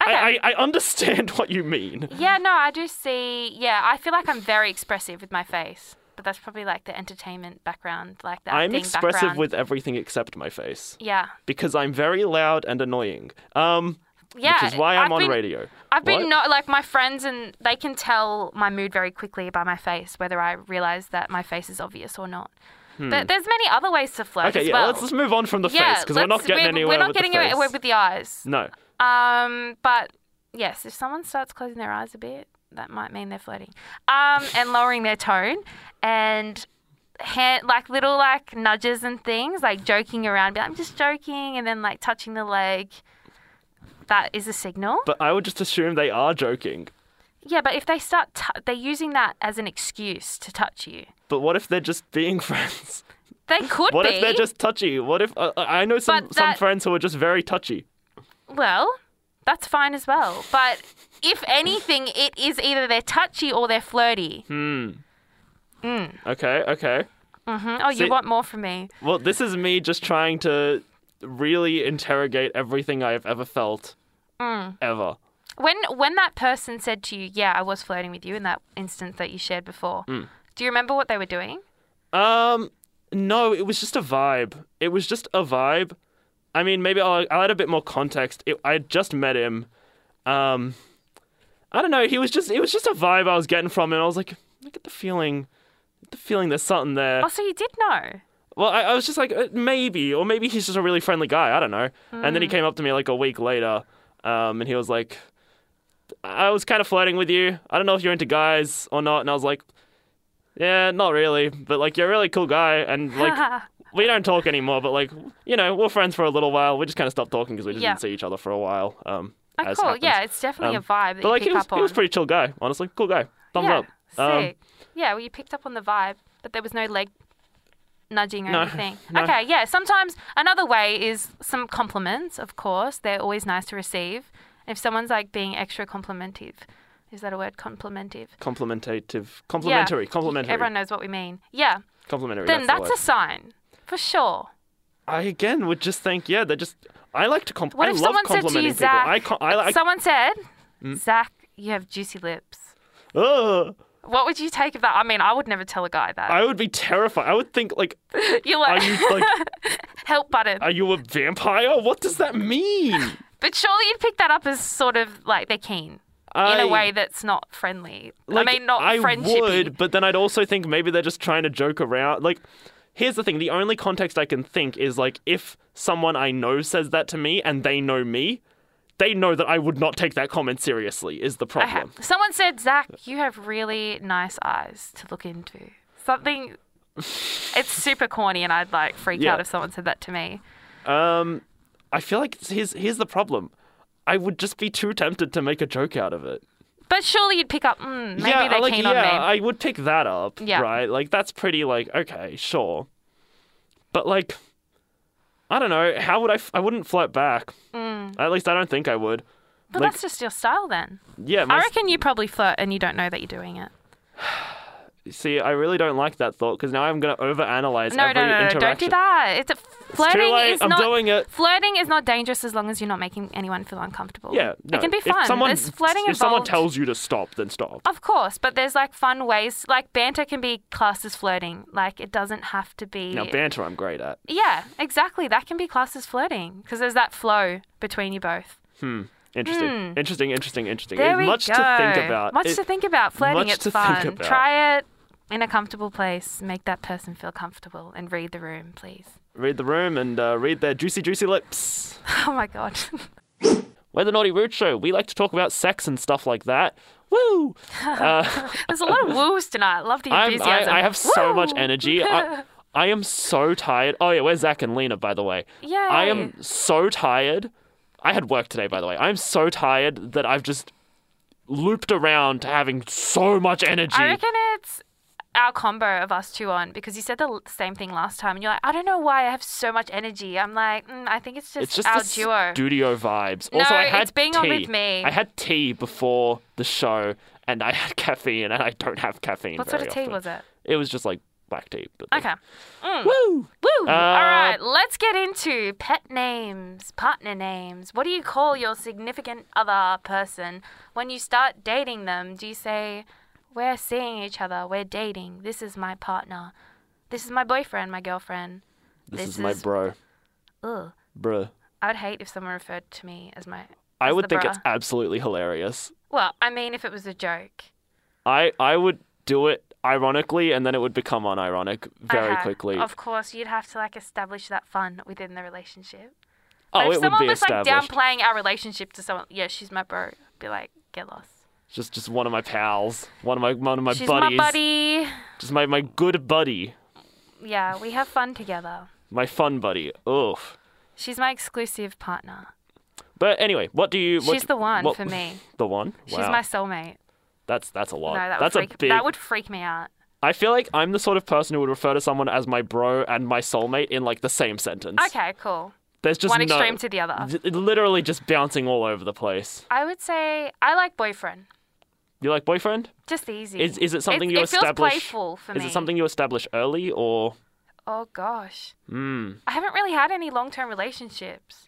I, I, I understand [LAUGHS] what you mean.
yeah, no, I do see. Yeah, I feel like I'm very expressive with my face, but that's probably like the entertainment background, like that.
I'm
thing
expressive
background.
with everything except my face
Yeah,
because I'm very loud and annoying. Um,
yeah.
which is why I'm
I've
on
been-
radio.
I've been
What?
not like my friends, and they can tell my mood very quickly by my face whether I realize that my face is obvious or not. But there's many other ways to flirt
Hmm. Okay,
as
yeah,
well.
let's just move on from the
yeah,
face because we're not
let's-
getting anywhere
We're not
with
getting
the face.
anywhere with the eyes.
no,
Um, but yes, if someone starts closing their eyes a bit, that might mean they're flirting. Um, and lowering their tone and hand, like little like nudges and things, like joking around, be like, I'm just joking, and then like touching the leg. That is a signal.
but I would just assume they are joking.
yeah, but if they start, t- they're using that as an excuse to touch you.
But what if they're just being [LAUGHS] friends?
They
[LAUGHS]
could
What
be.
if they're just touchy? What if uh, I I know some,
But
some
that-
friends who are just very touchy?
Well, that's fine as well. But if anything, it is either they're touchy or they're flirty.
Hmm. Okay, okay.
Mm, Oh,
See-
you want more from me?
Well, this is me just trying to really interrogate everything I have ever felt.
Mm.
Ever.
When when that person said to you, "Yeah, I was flirting with you," in that instance that you shared before,
Hmm.
do you remember what they were doing?
Um, no, it was just a vibe. It was just a vibe. I mean, maybe I'll, I'll add a bit more context. It, I had just met him. Um, I don't know. He was just, it was just a vibe I was getting from him. I was like, I get the feeling, the feeling there's something there.
Oh, so you did know.
Well, I, I was just like, uh, maybe, or maybe he's just a really friendly guy. I don't know. And
Hmm.
then he came up to me like a week later, um, and he was like, I was kind of flirting with you. I don't know if you're into guys or not. And I was like, yeah, not really, but like, you're a really cool guy.
[LAUGHS]
And like, we don't talk anymore, but like, you know, we're friends for a little while. We just kind of stopped talking because we just
Yeah.
didn't see each other for a while. Um,
Oh,
as
cool.
happens.
Yeah, it's definitely
Um,
a vibe that
But like,
you pick
he was,
up on.
he was a pretty chill guy, honestly. Cool guy. Thumbs
yeah,
up. Um,
Sick. yeah, well, you picked up on the vibe, but there was no leg nudging or
No,
anything.
[LAUGHS] no.
Okay, yeah. Sometimes another way is some compliments. Of course, they're always nice to receive. If someone's like being extra complimentive, is that a word? Complimentive.
Complimentative.
Yeah.
Complimentary. Complimentary.
Everyone knows what we mean. Yeah.
complimentary.
then
the
that's,
word.
a sign for sure.
I again would just think, yeah, they're just. I like to
What
compliment. I
if
love
someone said to
complimenting
you,
people.
Zach?
I, con- I like. Mm.
someone said, Zach, you have juicy lips.
Ugh.
What would you take of that? I mean, I would never tell a guy that.
I would be terrified. I would think, like,
[LAUGHS] You're
are
like,
you like,
[LAUGHS] help button.
are you a vampire? What does that mean?
but surely you'd pick that up as sort of like they're keen in
I-
a way that's not friendly.
Like,
I mean, not
I
friendshipy.
would, but then I'd also think maybe they're just trying to joke around. Like, here's the thing: the only context I can think is like if someone I know says that to me and they know me, they know that I would not take that comment seriously. Is the
Okay.
problem?
Someone said, Zach, you have really nice eyes to look into. Something. It's super corny, and I'd like freak
Yeah.
out if someone said that to me.
Um, I feel like here's here's the problem. I would just be too tempted to make a joke out of it.
But surely you'd pick up, mm, maybe
yeah,
they're
like
keen
yeah,
on me.
I would pick that up.
Yeah.
right. Like that's pretty. Like okay, sure, but like I don't know. How would I? F- I wouldn't flirt back.
Mm.
At least I don't think I would.
But
Like-
that's just your style then.
Yeah, my
I
s-
reckon you probably flirt and you don't know that you're doing it.
see, I really don't like that thought because now I'm gonna overanalyze
No,
every
no, no, no,
interaction.
don't do that. It's a, flirting
late.
is
I'm
not
doing it.
flirting is not dangerous as long as you're not making anyone feel uncomfortable.
Yeah, no.
it can be
If
fun.
someone-
There's flirting
If someone
involved.
tells you to stop, then stop.
Of course, but there's like fun ways. Like banter can be classed as flirting. Like it doesn't have to be.
Now banter, I'm great at.
yeah, exactly. That can be classed as flirting because there's that flow between you both.
Interesting, interesting, interesting, interesting.
Hmm. There
It's
we
much
go.
to think about.
Much
It-
to think about. Flirting,
much
it's
to think
fun.
about.
Try it in a comfortable place. Make that person feel comfortable and read the room, please. [LAUGHS]
Read the room and uh, read their juicy, juicy lips.
Oh my god. [LAUGHS]
We're the Naughty Root Show. We like to talk about sex and stuff like that. Woo!
There's a lot
[LAUGHS]
of woos tonight. Love the
I'm,
enthusiasm.
I, I have so much
Woo! [LAUGHS]
energy. I, I am so tired. Oh, yeah, we're Zach and Lena, by the way. I am so tired. I had work today, by the way. I'm so tired that I've just looped around to having so much energy.
I reckon it's our combo of us two on because you said the l- same thing last time and you're like, I don't know why I have so much energy. I'm like, mm, I think it's just,
it's just
our
the
duo.
studio vibes.
No,
also, I had
it's being
tea.
on with me.
I had tea before the show, and I had [LAUGHS] caffeine, and I don't have caffeine.
what sort
very
of tea
often.
was it?
It was just like black tea. But
Okay.
Woo!
Woo!
Uh,
All right, let's get into pet names, partner names. What do you call your significant other person when you start dating them? Do you say, We're seeing each other, we're dating, this is my partner, this is my boyfriend, my girlfriend?
This,
This
is my
is-
bro.
Ugh.
Bruh.
I would hate if someone referred to me as my.
I
as
would
the
think
bruh.
it's absolutely hilarious.
Well, I mean, if it was a joke.
I, I would do it ironically, and then it would become unironic very
Uh-huh.
quickly.
Of course, you'd have to like establish that fun within the relationship. but
oh,
if
it would
someone
be
was like
established.
downplaying our relationship to someone, yeah, she's my bro. Be like, get lost.
Just just one of my pals, one of my one of my
she's
buddies,
my buddy.
just my my good buddy,
Yeah, we have fun together.
my fun buddy. Oof.
She's my exclusive partner.
But anyway, what do you? What
She's
do-
the one
what-
for me.
[LAUGHS] The one.
She's
wow.
my soulmate.
That's that's a lot.
No, that would
that's
freak,
a big.
that would freak me out.
I feel like I'm the sort of person who would refer to someone as my bro and my soulmate in like the same sentence.
Okay, cool.
There's just
One
no-
extreme to the other.
Th- literally just bouncing all over the place.
I would say I like boyfriend.
You like boyfriend?
Just easy.
Is is it something
It's-
you
it
establish?
feels playful for me.
Is it something you establish early or?
Oh gosh.
Hmm.
I haven't really had any long-term relationships.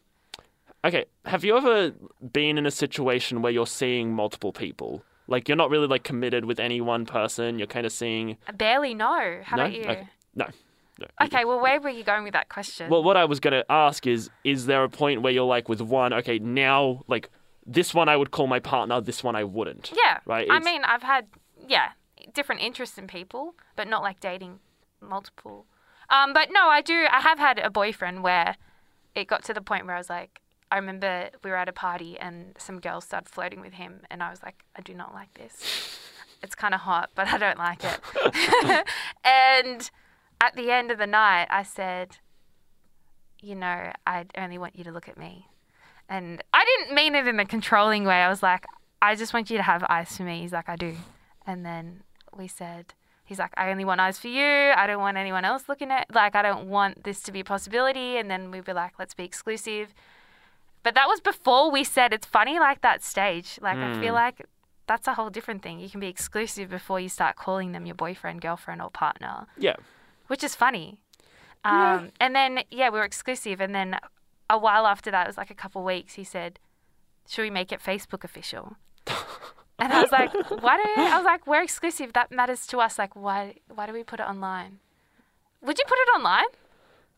Okay, have you ever been in a situation where you're seeing multiple people? Like you're not really like committed with any one person. You're kind of seeing.
I barely know. How
no.
about you?
Okay. No. No.
Okay, well, where were you going with that question?
Well, what I was gonna ask is, is there a point where you're like with one? Okay, now like this one I would call my partner. This one I wouldn't.
[LAUGHS] yeah.
Right.
I
it's-
mean, I've had, yeah, different interests in people, but not like dating multiple. Um, but no, I do. I have had a boyfriend where it got to the point where I was like, I remember we were at a party and some girls started flirting with him, and I was like, I do not like this. It's kind of hot, but I don't like
[LAUGHS]
it. [LAUGHS] and at the end of the night, I said, You know, I only want you to look at me. And I didn't mean it in a controlling way. I was like, I just want you to have eyes for me. He's like, I do. And then we said, He's like, I only want eyes for you. I don't want anyone else looking at like I don't want this to be a possibility. And then we were like, let's be exclusive. But that was before we said it's funny like that stage. Like I feel like that's a whole different thing. You can be exclusive before you start calling them your boyfriend, girlfriend, or partner
Yeah.
which is funny. Um, And then, yeah, we were exclusive. And then a while after that, it was like a couple weeks, he said, Should we make it Facebook [LAUGHS] official? and I was like, Why do I was like, We're exclusive. That matters to us. Like, why, why do we put it online? Would you put it online?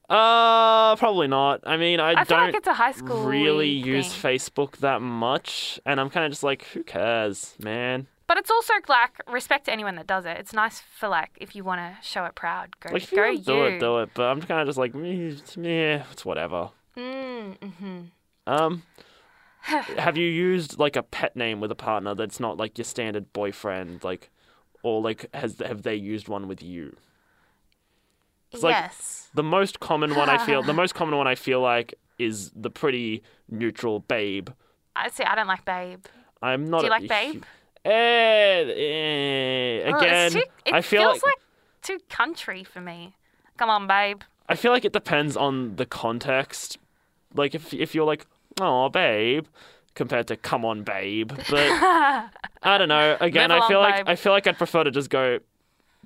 Uh, probably not. I mean, I,
I feel
don't
like it's a high school
really use
thing.
Facebook that much, and I'm kind of just like, who cares, man?
But it's also like respect to anyone that does it. It's nice for like if you want to show it proud, go
Like, if you
go
wanna
you.
do it, do it. But I'm kind of just like, meh, it's meh, it's whatever.
mm-hmm. [SIGHS]
Um, have you used like a pet name with a partner that's not like your standard boyfriend, like, or like has have they used one with you?
Yes.
like- The most common one I
[SIGHS]
feel, the most common one I feel like is the pretty neutral babe.
I see. I don't like babe.
I'm not.
Do you
a-
like Babe?
Eh, eh,
Oh,
again,
it's too, it
I feel
feels
like,
like... too country for me. Come on, babe.
I feel like it depends on the context. Like if if you're like, oh babe, compared to come on babe, but
[LAUGHS]
I don't know. Again,
Move
I feel
along,
like
babe.
I feel like I'd prefer to just go,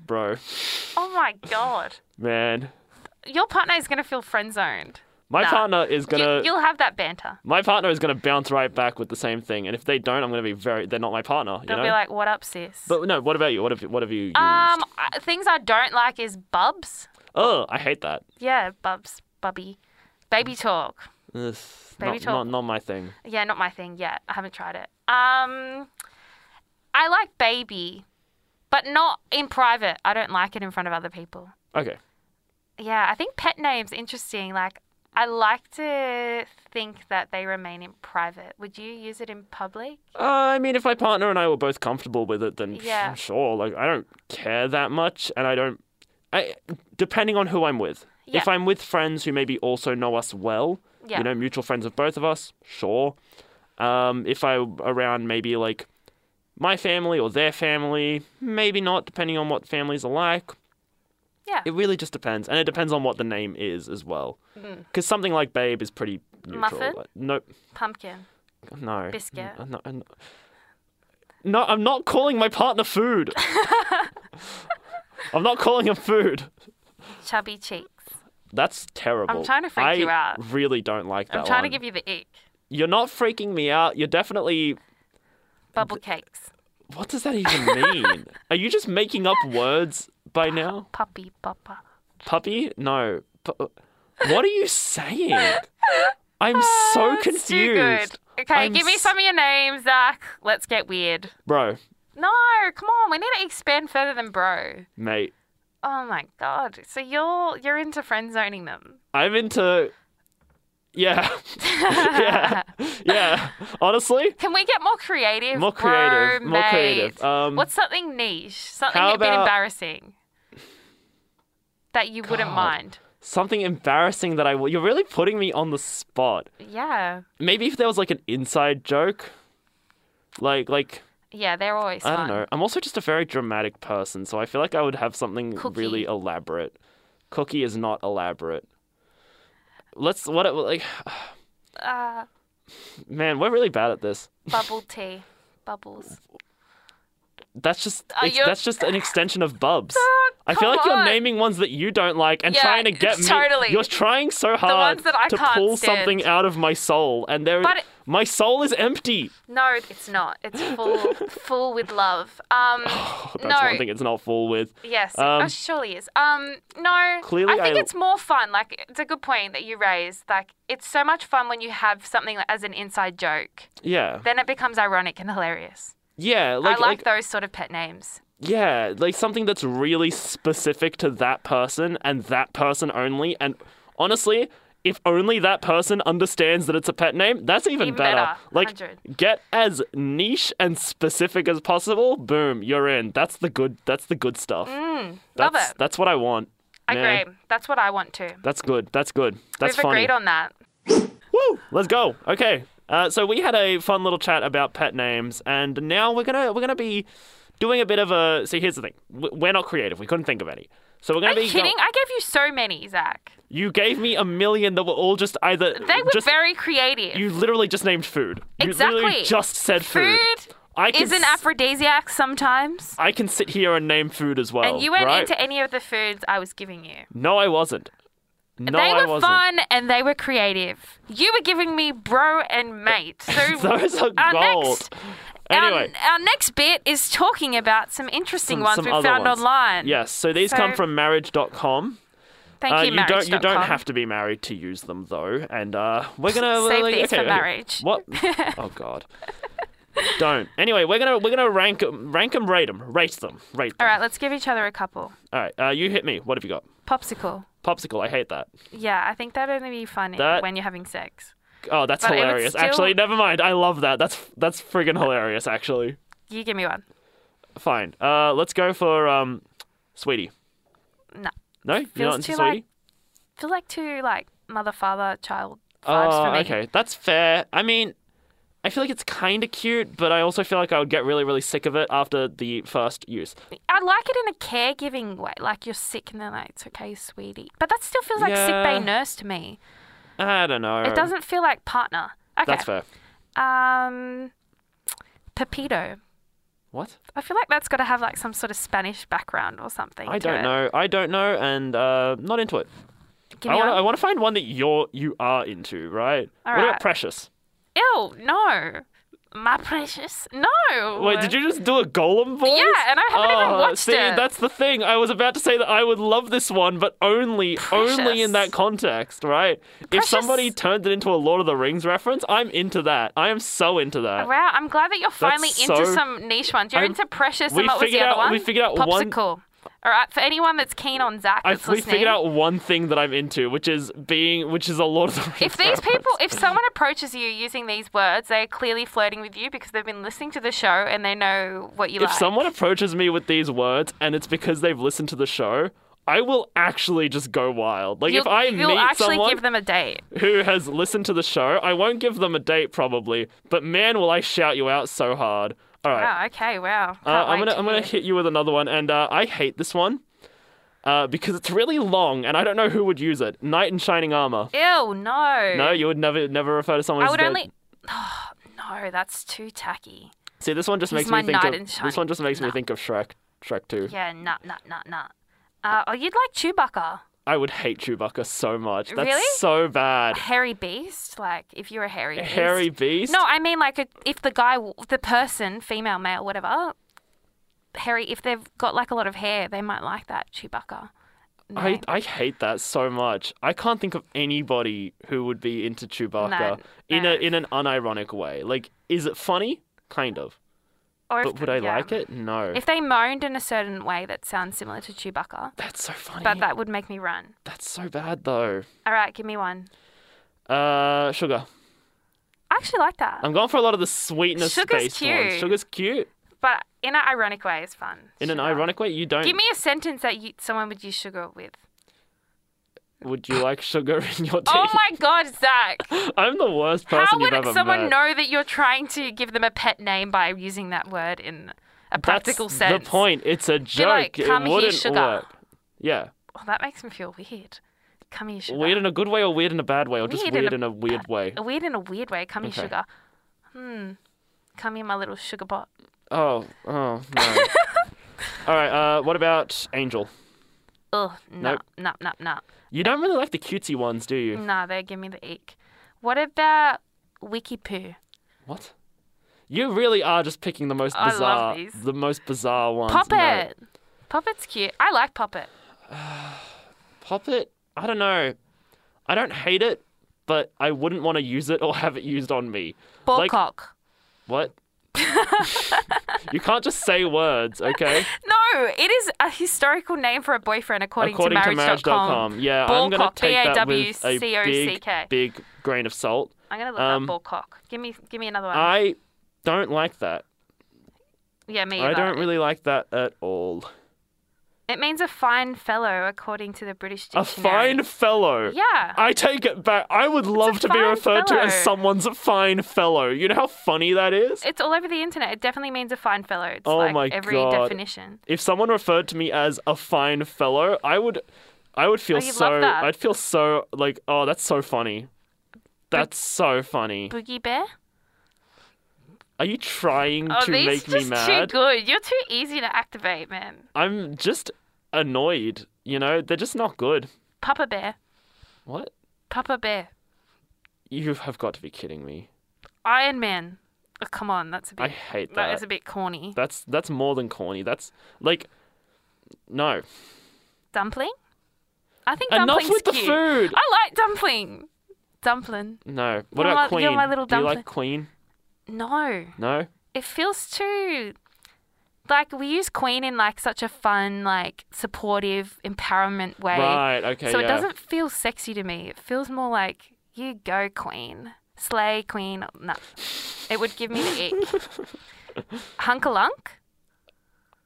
bro,
Oh my god.
man.
Your partner is gonna feel friend zoned.
My
Nah.
partner is gonna.
You, you'll have that banter.
my partner is gonna bounce right back with the same thing, and if they don't, I'm gonna be very. They're not my partner. You
They'll
know.
be like, "What up, sis?"
but no, what about you? What have what have you used?
um, I- things I don't like is bubs.
oh, I hate that.
Yeah, bubs, bubby, baby talk.
Ugh,
Baby
not,
talk.
not not my thing.
Yeah, not my thing yet. I haven't tried it. Um, I like baby, but not in private. I don't like it in front of other people.
Okay.
Yeah, I think pet names interesting. Like, I like to think that they remain in private. Would you use it in public?
Uh, I mean, if my partner and I were both comfortable with it, then
Yeah.
sure. Like, I don't care that much, and I don't. I depending on who I'm with.
Yeah.
If I'm with friends who maybe also know us well,
Yeah.
you know, mutual friends of both of us, sure. Um, if I'm around maybe like my family or their family, maybe not, depending on what families are like.
Yeah.
It really just depends, and it depends on what the name is as well. Because something like Babe is pretty neutral.
Mm. Muffin?
Like, nope.
Pumpkin.
No.
Biscuit.
N- No, n- no, I'm not calling my
[LAUGHS]
partner food. I'm not calling him food.
Chubby cheeks.
That's terrible.
trying to freak
I
you out.
really don't like that
I'm trying
one.
to give you the ick.
You're not freaking me out. You're definitely.
Bubble cakes.
What does
[LAUGHS]
that even mean? Are you just making up words by now?
Puppy, papa.
Puppy? No. Pu- what are
[LAUGHS]
you saying? I'm so
It's too
confused.
good. Okay,
I'm
give me
s-
some of your names, Zach. Let's get weird.
Bro,
No, come on. We need to expand further than bro.
mate,
Oh my god. So you're you're into friend zoning them.
I'm into. Yeah. [LAUGHS]
[LAUGHS]
yeah. Yeah. Honestly,
Can we get more creative?
More creative,
Bro,
more
mate.
creative. Um,
What's something niche? Something
how
a bit
about-
embarrassing that you wouldn't
God.
mind.
something embarrassing that I will. You're really putting me on the spot.
Yeah.
Maybe if there was like an inside joke. Like, like
Yeah, they're always
I
fun.
don't know. I'm also just a very dramatic person, so I feel like I would have something
Cookie.
really elaborate. Cookie is not elaborate. Let's what like
Uh,
man, we're really bad at this.
bubble tea. Bubbles.
That's just
Are
ex-
you-
that's just an
[LAUGHS]
extension of bubs. [LAUGHS] I feel
come
like you're
on.
naming ones that you don't like and
Yeah,
trying to get me.
totally.
You're trying so hard
ones that I
to
can't
pull
stand.
something out of my soul, and there,
But it-
my soul is empty.
No, it's not. It's
[LAUGHS]
full full with love.
[SIGHS]
Um
Oh, That's
no.
one thing it's not full with.
Yes,
Um,
it most surely is. Um, no,
Clearly
I think
I-
it's more fun. Like it's a good point that you raised. Like it's so much fun when you have something as an inside joke.
Yeah,
Then it becomes ironic and hilarious.
yeah, like,
I like those sort of pet names.
Yeah, like something that's really specific to that person and that person only. And honestly, if only that person understands that it's a pet name, that's even,
Even better,
Like,
100.
get as niche and specific as possible. Boom, you're in. That's the good. That's the good stuff.
Mm, love
that's,
it.
That's what I want.
I
man.
agree. That's what I want too.
That's good. That's good. That's
We've
funny.
agreed on that.
Woo! Let's go. Okay. Uh, so we had a fun little chat about pet names, and now we're gonna we're gonna be doing a bit of a. See, here's the thing: W- we're not creative. We couldn't think of any. So we're gonna
Are you
be.
kidding? I gave you so many, Zach.
You gave me a million that were all just either.
They were
just,
very creative.
You literally just named food. You literally
Exactly.
just said food.
Food
I can
is an
s-
aphrodisiac sometimes.
I can sit here and name food as well.
and you went
Oh, right?
into any of the foods I was giving you.
No, I wasn't. No,
they
I
were
wasn't.
fun and they were creative. You were giving me bro and mate. So
[LAUGHS] Those are
our
gold.
next
Anyway.
our, our next bit is talking about some interesting
Some-
ones
some
we
other
found
ones.
online.
Yes, so these come
So-
from marriage.com.
Thank
Uh,
you,
you don't. You don't
marriage.com.
have to be married to use them, though. And uh, we're
[LAUGHS]
gonna
Save
like,
these
okay,
for
okay.
marriage. [LAUGHS]
What? oh God. don't. Anyway, we're gonna we're gonna rank 'em- rank them, rate them, rate them, rate
All
them.
right, let's give each other a couple.
All right. Uh, you hit me. What have you got?
Popsicle.
Popsicle. I hate that.
Yeah, I think that'd only be funny
That-
when you're having sex.
Oh, that's
But it would
hilarious.
still-
Actually, never mind. I love that. That's that's friggin' hilarious. Actually,
You give me one.
fine. Uh, let's go for um, sweetie.
No.
No, you're
Feels
not into
too
sweetie.
like feel like two like mother, father, child vibes
Oh,
for me.
okay, that's fair. I mean, I feel like it's kind of cute, but I also feel like I would get really, really sick of it after the first use.
I like it in a caregiving way, like you're sick and they're like, it's okay, sweetie. But that still feels like sick
Yeah.
bay nurse to me.
I don't know.
It doesn't feel like partner. Okay.
That's fair.
Um, Pepito.
What?
I feel like that's got to have like some sort of Spanish background or something.
I
to it.
don't know. I don't know, and uh, not into it.
Give
I
me
want. I
one.
want to find one that you're you are into, right?
All
what about
right.
Precious?
Ew, no. My [LAUGHS] precious. No.
Wait, did you just do a Golem voice?
Yeah, and I haven't even
Oh,
watched
see,
it.
That's the thing. I was about to say that I would love this one, but only only
Precious.
in that context, right? If
Precious.
somebody turned it into a Lord of the Rings reference, I'm into that. I am so into that.
Wow, I'm glad that you're finally into
so-
some niche ones. You're
I'm-
into Precious
we
and what was the
figured
other
out-
one?
we figured out
Popsicle.
one-
All right, for anyone that's keen on Zach
I,
that's
we
listening,
figured out one thing that I'm into, which is being, which is a Lord of the Rings.
if these
[LAUGHS] reference.
people, if someone approaches you using these words, they're clearly flirting with you because they've been listening to the show and they know what you
if
like.
someone approaches me with these words and it's because they've listened to the show, I will actually just go wild. Like
you'll,
if I
you'll
meet
actually
someone Uh,
give them a date.
who has listened to the show, I won't give them a date probably, but man, will I shout you out so hard. All right,
Wow. Okay. Wow. Can't
uh, I'm
wait
gonna
to
I'm gonna
hear.
hit you with another one, and uh, I hate this one uh, because it's really long, and I don't know who would use it. Knight in shining armor.
Ew. No.
No, you would never never refer to someone.
I
as
would
the-
only. [GASPS] no, that's too tacky.
See, this one just
He's
makes
my
me think
knight
of
in
this
shining-
one just makes me think of Shrek. Shrek 2.
Yeah. Nah. Nah. Nah. Nah. Uh, oh, you'd like Chewbacca,
I would hate Chewbacca so much. That's
Really?
so
[SIGHS]
bad.
a hairy beast. Like if you're a hairy
A
beast.
hairy beast?
No, I mean like a, if the guy, w- the person, female, male, whatever, hairy. If they've got like a lot of hair, they might like that Chewbacca. No.
I, I hate that so much. I can't think of anybody who would be into Chewbacca in
no.
a in an unironic way. Like, is it funny? Kind of.
or if
But would
the-
I
yeah.
like it? No.
If they moaned in a certain way that sounds similar to Chewbacca,
That's so funny.
but that would make me run.
That's so bad though.
All right, give me one.
Uh, sugar.
I actually like that,
I'm going for a lot of the sweetness
Sugar's
based ones.
cute.
Sugar's cute.
but in an ironic way is fun.
In an
Sugar.
ironic way, you don't.
Give me a sentence that you, someone would use sugar
[LAUGHS]
with.
Would you like sugar in your tea?
Oh my god, Zach!
[LAUGHS] I'm the worst person
How
you've
would
ever
someone
met.
know that you're trying to give them a pet name by using that word in a practical
That's
sense?
the point. It's a joke.
like, "Come
it
here,
wouldn't
sugar."
work. Yeah.
Oh, that makes me feel weird. Come here, sugar.
Weird in a good way or weird in a bad way or just
Weird in
weird
a
in a weird way?
Weird in a weird way. Come here,
Okay.
sugar. Hmm. Come here, my little sugar bot.
Oh, oh, no.
[LAUGHS]
All right, uh, what about Angel?
Ugh, no,
Nope.
no, no, no.
You don't really like the cutesy ones, do you?
Nah, they give me the ick. What about Wikipoo?
What? You really are just picking the most
I love
bizarre,
these.
the most bizarre ones. No.
Poppet. Poppet's cute. I like Poppet.
Poppet? I don't know. I don't hate it, but I wouldn't want to use it or have it used on me. Like-
Ballcock. [LAUGHS]
What? [LAUGHS] you can't just say words, okay?
No, it is a historical name for a boyfriend according,
According
to marriage.com.
Yeah, I'm going
Ballcock,
to take that with a big,
B-A-W-C-O-C-K.
big grain of salt.
I'm gonna look
Um,
up Ballcock. Give me give me another one.
I don't like that.
yeah, me
I
either.
don't really like that at all.
It means a fine fellow according to the British
A
dictionary.
fine fellow.
Yeah.
I take it back. I would love
a
to be
fine
referred to as
fellow.
someone's fine fellow. You know how funny that is?
It's all over the internet. It definitely means a fine fellow. It's
Oh
like
my
every
God.
definition.
If someone referred to me as a fine fellow, I would I would feel
Oh, you'd
so
love that.
I'd feel so like, oh, that's so funny. That's so funny.
Boogie Bear?
Are you trying
Oh,
to
these
make
are just
me
too
mad?
good. You're too easy to activate, man.
I'm just annoyed, you know? They're just not good.
Papa Bear.
What?
Papa Bear.
You have got to be kidding me.
Iron Man. Oh, come on, that's a bit
I hate
that is a bit corny.
That's that's more than corny. That's like no.
Dumpling? I think
Enough
dumpling's
with the
cute.
food!
I like dumpling. Dumpling.
No. What
You're
about
my-
Queen?
you're my little
Do you
dumpling.
like Queen?
No.
No.
It feels too like we use Queen in like such a fun, like supportive, empowerment way.
Right. Okay.
so
yeah.
it doesn't feel sexy to me. It feels more like you go queen, slay queen. No, it would give me the ick.
[LAUGHS]
Hunkalunk?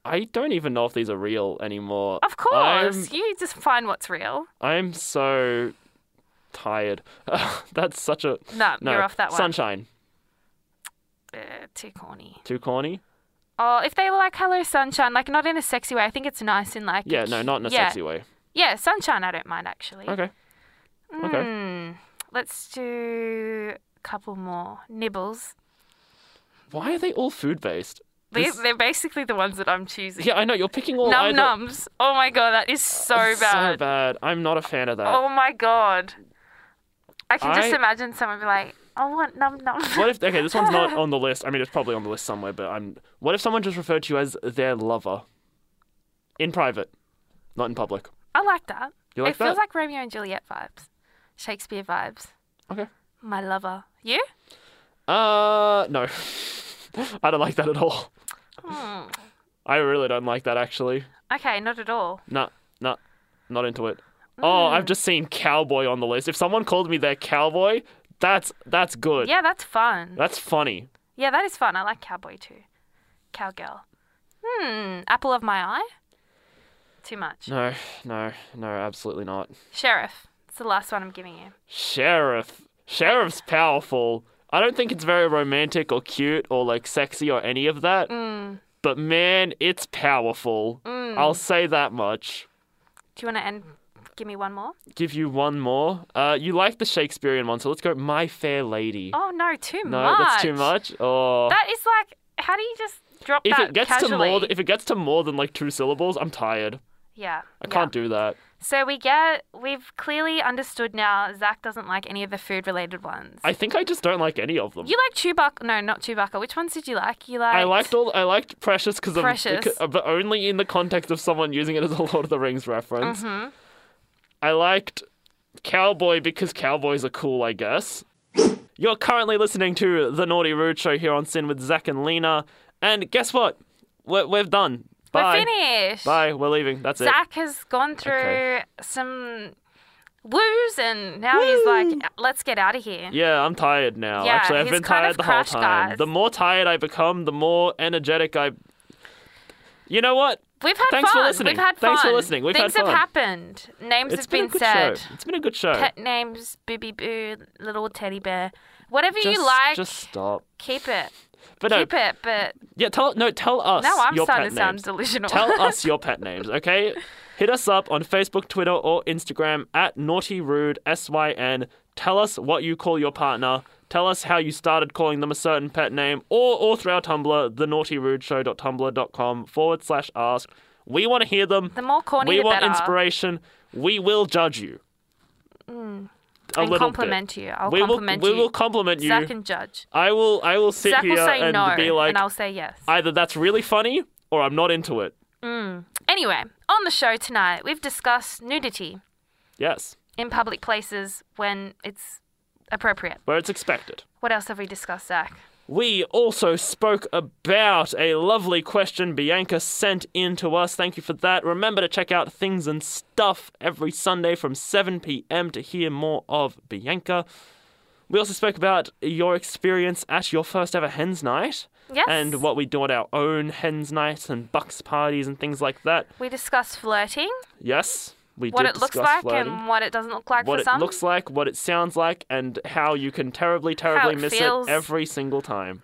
I don't even know if these are real anymore.
Of course,
I'm,
you just find what's real.
I'm so tired. [LAUGHS] That's such a
No,
no.
you're off that one.
Sunshine.
uh, too corny.
Too corny?
Oh, if they were like "Hello, sunshine," like not in a sexy way. I think it's nice in like a
Yeah,
cu-
no, not in a
yeah.
sexy way.
Yeah, sunshine. I don't mind actually.
Okay. Okay.
Hmm. Let's do a couple more nibbles.
Why are they all food based?
They,
This-
they're basically the ones that I'm choosing.
Yeah, I know. You're picking all
Num
either-
nums. Oh my god, that is so bad.
It's So bad. I'm not a fan of that.
Oh my god. I can just
I-
imagine someone be like, I want num [LAUGHS] nums.
What if okay, this
[LAUGHS]
one's not on the list. I mean, it's probably on the list somewhere, but I'm What if someone just referred to you as their lover in private, not in public?
I like that.
You like
it feels
that?
like Romeo and Juliet vibes, Shakespeare vibes.
Okay.
My lover. You?
Uh, no. [LAUGHS] I don't like that at all. I really don't like that actually.
Hmm. Okay, not at all.
No, no, not into it. Oh,
Hmm.
I've just seen cowboy on the list. If someone called me their cowboy, that's that's good.
Yeah, that's fun.
That's funny.
Yeah, that is fun. I like cowboy too. Cowgirl. Hmm. Apple of my eye? Too much.
No, no, no, absolutely not.
Sheriff. It's the last one I'm giving you.
Sheriff. Sheriff's powerful. I don't think it's very romantic or cute or like sexy or any of that.
Mm.
But man, it's powerful. I'll say that much.
Do you want to end? Give me one more.
Give you one more. Uh, you like the Shakespearean one, so let's go My Fair Lady.
Oh no, too
no,
much.
that's too much. Oh.
That is like, how do you just drop
if
that
it gets
casually?
to more th- if it gets to more than like two syllables, I'm tired.
yeah,
I can't do that.
So we get, we've clearly understood now. Zach doesn't like any of the food-related ones.
I think I just don't like any of them.
you like Chewbacca? No, not Chewbacca. Which ones did you like? You liked.
I liked all. I liked Precious because of,
Precious.
c- but only in the context of someone using it as a [LAUGHS] Lord of the Rings reference.
Mm-hmm.
I liked Cowboy because cowboys are cool, I guess. You're currently listening to the Naughty Rude Show here on Sin with Zach and Lena, and guess what? We're, we're done.
We're
Bye.
finished.
Bye. We're leaving. That's it.
Zach has gone through
Okay.
some woos, and now he's like, "Let's get out of here."
Yeah, I'm tired now.
Yeah,
Actually, I've
he's
been
kind
tired
of
the whole
crashed,
time.
guys.
The more tired I become, the more energetic I. You know what?
We've had
Thanks for
fun.
listening.
We've had fun.
Thanks for listening. We've
Things
had fun.
have happened. Names
It's
have
been,
been,
a good
said.
show. It's been a good show.
Pet names, booby boo, little teddy bear, whatever
Just-
you like,
Just stop.
keep it,
But no,
keep it. But
yeah, tell no, tell us.
now I'm
your
starting
pet
to sound
names.
delusional. [LAUGHS]
Tell us your pet names, okay? Hit us up on Facebook, Twitter, or Instagram at Naughty Rude S Y N. Tell us what you call your partner. Tell us how you started calling them a certain pet name, or all through our Tumblr, thenaughtyrudeshow.tumblr.com forward slash ask. We want to hear them.
The more corny,
we
the
want
better.
inspiration. We will judge you. A
Mm. and
little bit.
compliment you. I'll
we
compliment
will,
you.
We will compliment you.
Zach and judge.
I will. I will sit
Zach
here
will say
and
no,
be like,
and I'll say yes.
either that's really funny or I'm not into it.
Anyway, on the show tonight, we've discussed nudity
Yes,
in public places when it's appropriate.
where it's expected.
What else have we discussed, Zach?
We also spoke about a lovely question Bianca sent in to us. Thank you for that. Remember to check out Things and Stuff every Sunday from 7 p.m. to hear more of Bianca. We also spoke about your experience at your first ever hen's night.
Yes.
And what we do at our own hen's nights and bucks parties and things like that.
We discussed flirting,
Yes, we
what
did
it looks like
discuss flirting.
and what it doesn't look like
what
for
it
some.
looks like, what it sounds like, and how you can terribly, terribly
it
miss
feels.
it every single time.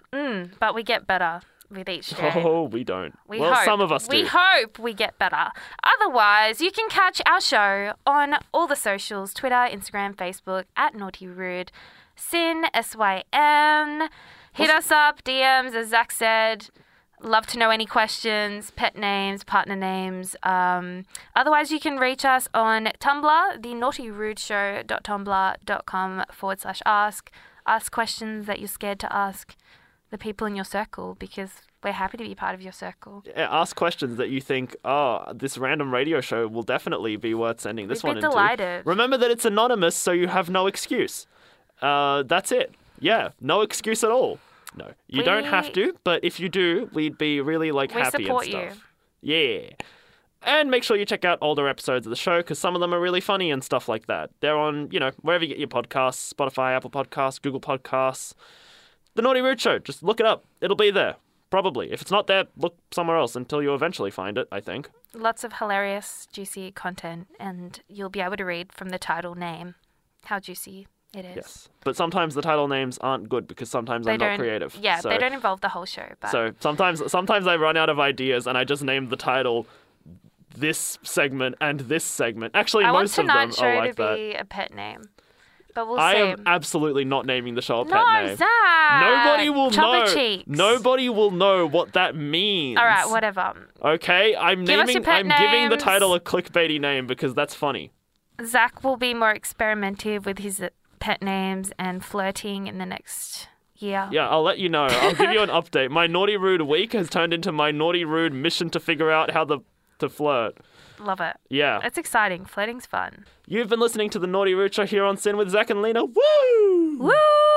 but we get better with each day.
[LAUGHS] Oh, we don't.
We
well,
hope.
some of us
We
do.
hope we get better. Otherwise, you can catch our show on all the socials Twitter, Instagram, Facebook, at Naughty Rude, Sin, S Y N. Hit us up, DMs, as Zach said. Love to know any questions, pet names, partner names. Um, otherwise, you can reach us on Tumblr, the naughtyrudeshow.tumblr.com forward slash ask. Ask questions that you're scared to ask the people in your circle because we're happy to be part of your circle.
Yeah, Ask questions that you think, oh, this random radio show will definitely be worth sending this
We'd
one
be
into.
delighted.
Remember that it's anonymous, so you have no excuse. Uh, that's it. Yeah, no excuse at all. No, you don't have
We-
to, but if you do, we'd be really like
We
happy
support
and
you.
stuff. Yeah. And make sure you check out older episodes of the show because some of them are really funny and stuff like that. They're on, you know, wherever you get your podcasts Spotify, Apple Podcasts, Google Podcasts. The Naughty Root Show. Just look it up. It'll be there. Probably. If it's not there, look somewhere else until you eventually find it, I think.
Lots of hilarious, juicy content, and you'll be able to read from the title name how juicy It is.
Yes. But sometimes the title names aren't good because sometimes
They
I'm
don't.
not creative.
Yeah,
so,
they don't involve the whole show. But
So sometimes sometimes I run out of ideas and I just name the title this segment and this segment. Actually,
I want
most of them
tonight's
are
show
like
to
that.
be a pet name, but we'll
I
see.
am absolutely not naming the show a
no,
pet name.
Zach.
Nobody will
Chopper
know.
Cheeks.
Nobody will know what that means.
All right, whatever.
Okay, I'm
Give us
naming.
your pet
I'm giving the
names.
title a clickbaity name because that's funny.
Zach will be more experimentative with his uh, pet names and flirting in the next year.
Yeah, I'll let you know. I'll
[LAUGHS]
give you an update. My naughty rude week has turned into my naughty rude mission to figure out how the to flirt.
Love it.
Yeah.
It's exciting. Flirting's fun.
You've been listening to the Naughty Root Show here on Sin with Zach and Lena. Woo!
Woo! [LAUGHS]